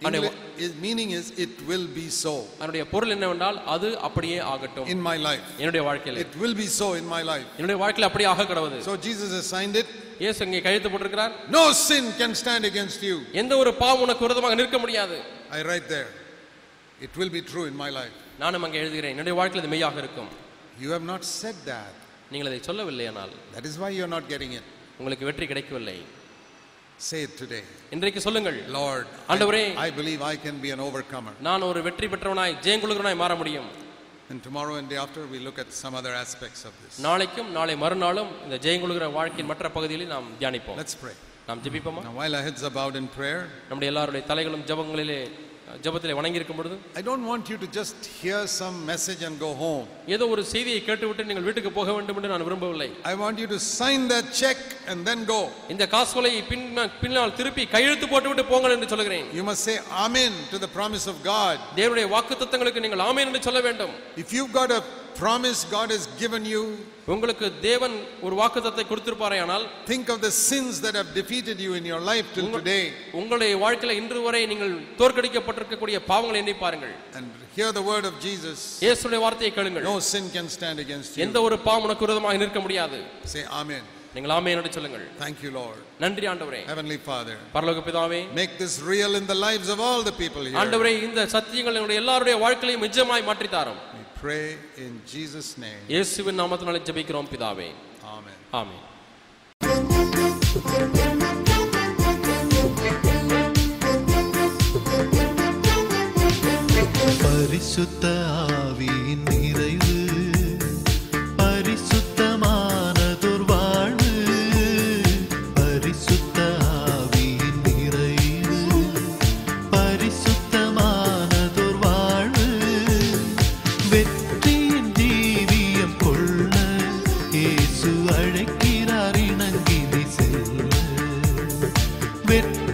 And I wa-
Engli- is meaning is it will be so
அதனுடைய பொருள் என்னவென்றால் அது அப்படியே ஆகட்டும்
in my life.
என்னுடைய வாழ்க்கையில
It will be so in my life.
என்னுடைய வாழ்க்கையில அப்படியே ஆக கிடவது
So Jesus has signed it.
இயேசு இங்கே கையெழுத்து போட்டிருக்கிறார்
No sin can stand against you.
எந்த ஒரு பாவம் உனக்கு விரோதமாக நிற்க முடியாது
I write there. It will be true in my life.
நானும் அங்கே எழுதுகிறேன் என்னுடைய வாழ்க்கையில் அது மெய்யாக இருக்கும்
You have not said that.
நீங்கள் அதை சொல்லவில்லை ஆனால்
That is why you are not getting it.
உங்களுக்கு வெற்றி கிடைக்கவில்லை
Say it today.
இன்றைக்கு சொல்லுங்கள்
Lord,
ஆண்டவரே.
I, I believe I can be an overcomer.
நான் ஒரு வெற்றி பெற்றவனாய் ஜெயங்குழுகிறவனாய் மாற முடியும்
And tomorrow and day after, we look at some other aspects of this.
நாளைக்கும் நாளை மறுநாளும் இந்த ஜெயங்குழுகிற வாழ்க்கையின் மற்ற பகுதிகளில் நாம் தியானிப்போம்
Let's pray.
நாம் ஜெபிப்போமா
Now, while our heads are bowed in prayer,
நம்முடைய எல்லாருடைய தலைகளும் ஜெபங்களிலே ஜெபத்திலே வணங்கியிருக்கும் பொழுது
I don't want you to just hear some message and go home.
ஏதோ ஒரு செய்தியை கேட்டுவிட்டு நீங்கள் வீட்டுக்கு போக வேண்டும் என்று நான் விரும்பவில்லை
I want you to sign that check and then go.
இந்த காசோலை பின் பின்னால் திருப்பி கையெழுத்து போட்டுவிட்டு போங்கள் என்று சொல்கிறேன்
You must say Amen to the promise of God.
தேவனுடைய வாக்கு நீங்கள் ஆமென் என்று சொல்ல வேண்டும்
If you've got a promise God has given you,
உங்களுக்கு தேவன் ஒரு வாக்குத்தத்தை கொடுத்திருப்பாரே ஆனால்
think of the sins that have defeated you in your life till today
உங்களுடைய வாழ்க்கையில இன்று வரை நீங்கள் தோற்கடிக்கப்பட்டிருக்கக்கூடிய பாவங்களை எண்ணி பாருங்கள்
and hear the word of Jesus.
இயேசுடைய வார்த்தையை கேளுங்கள்
No sin can stand against you.
எந்த ஒரு பாவம் உனக்கு விரோதமாக நிற்க முடியாது
Say Amen.
நீங்கள் ஆமென் என்று சொல்லுங்கள்
Thank you, Lord.
நன்றி ஆண்டவரே
Heavenly Father,
பரலோக பிதாவே
make this real in the lives of all the people here.
ஆண்டவரே இந்த சத்தியங்கள் எங்களுடைய எல்லாருடைய வாழ்க்கையையும் நிஜமாய் மாற்றித் தாரும்
We pray in Jesus' name.
இயேசுவின் நாமத்தினாலே ஜெபிக்கிறோம் பிதாவே
Amen.
ஆமென்
பரிசுத்த ஆவியின் நிறைவு பரிசுத்தமானதொரு வாழ்வு பரிசுத்த ஆவியின் நிறைவு பரிசுத்தமானதொரு வாழ்வு வெற்றியின் தீவியம் கொள்ள இயேசு அழைக்கிறார் இணங்கினி செல்ல வெற்றி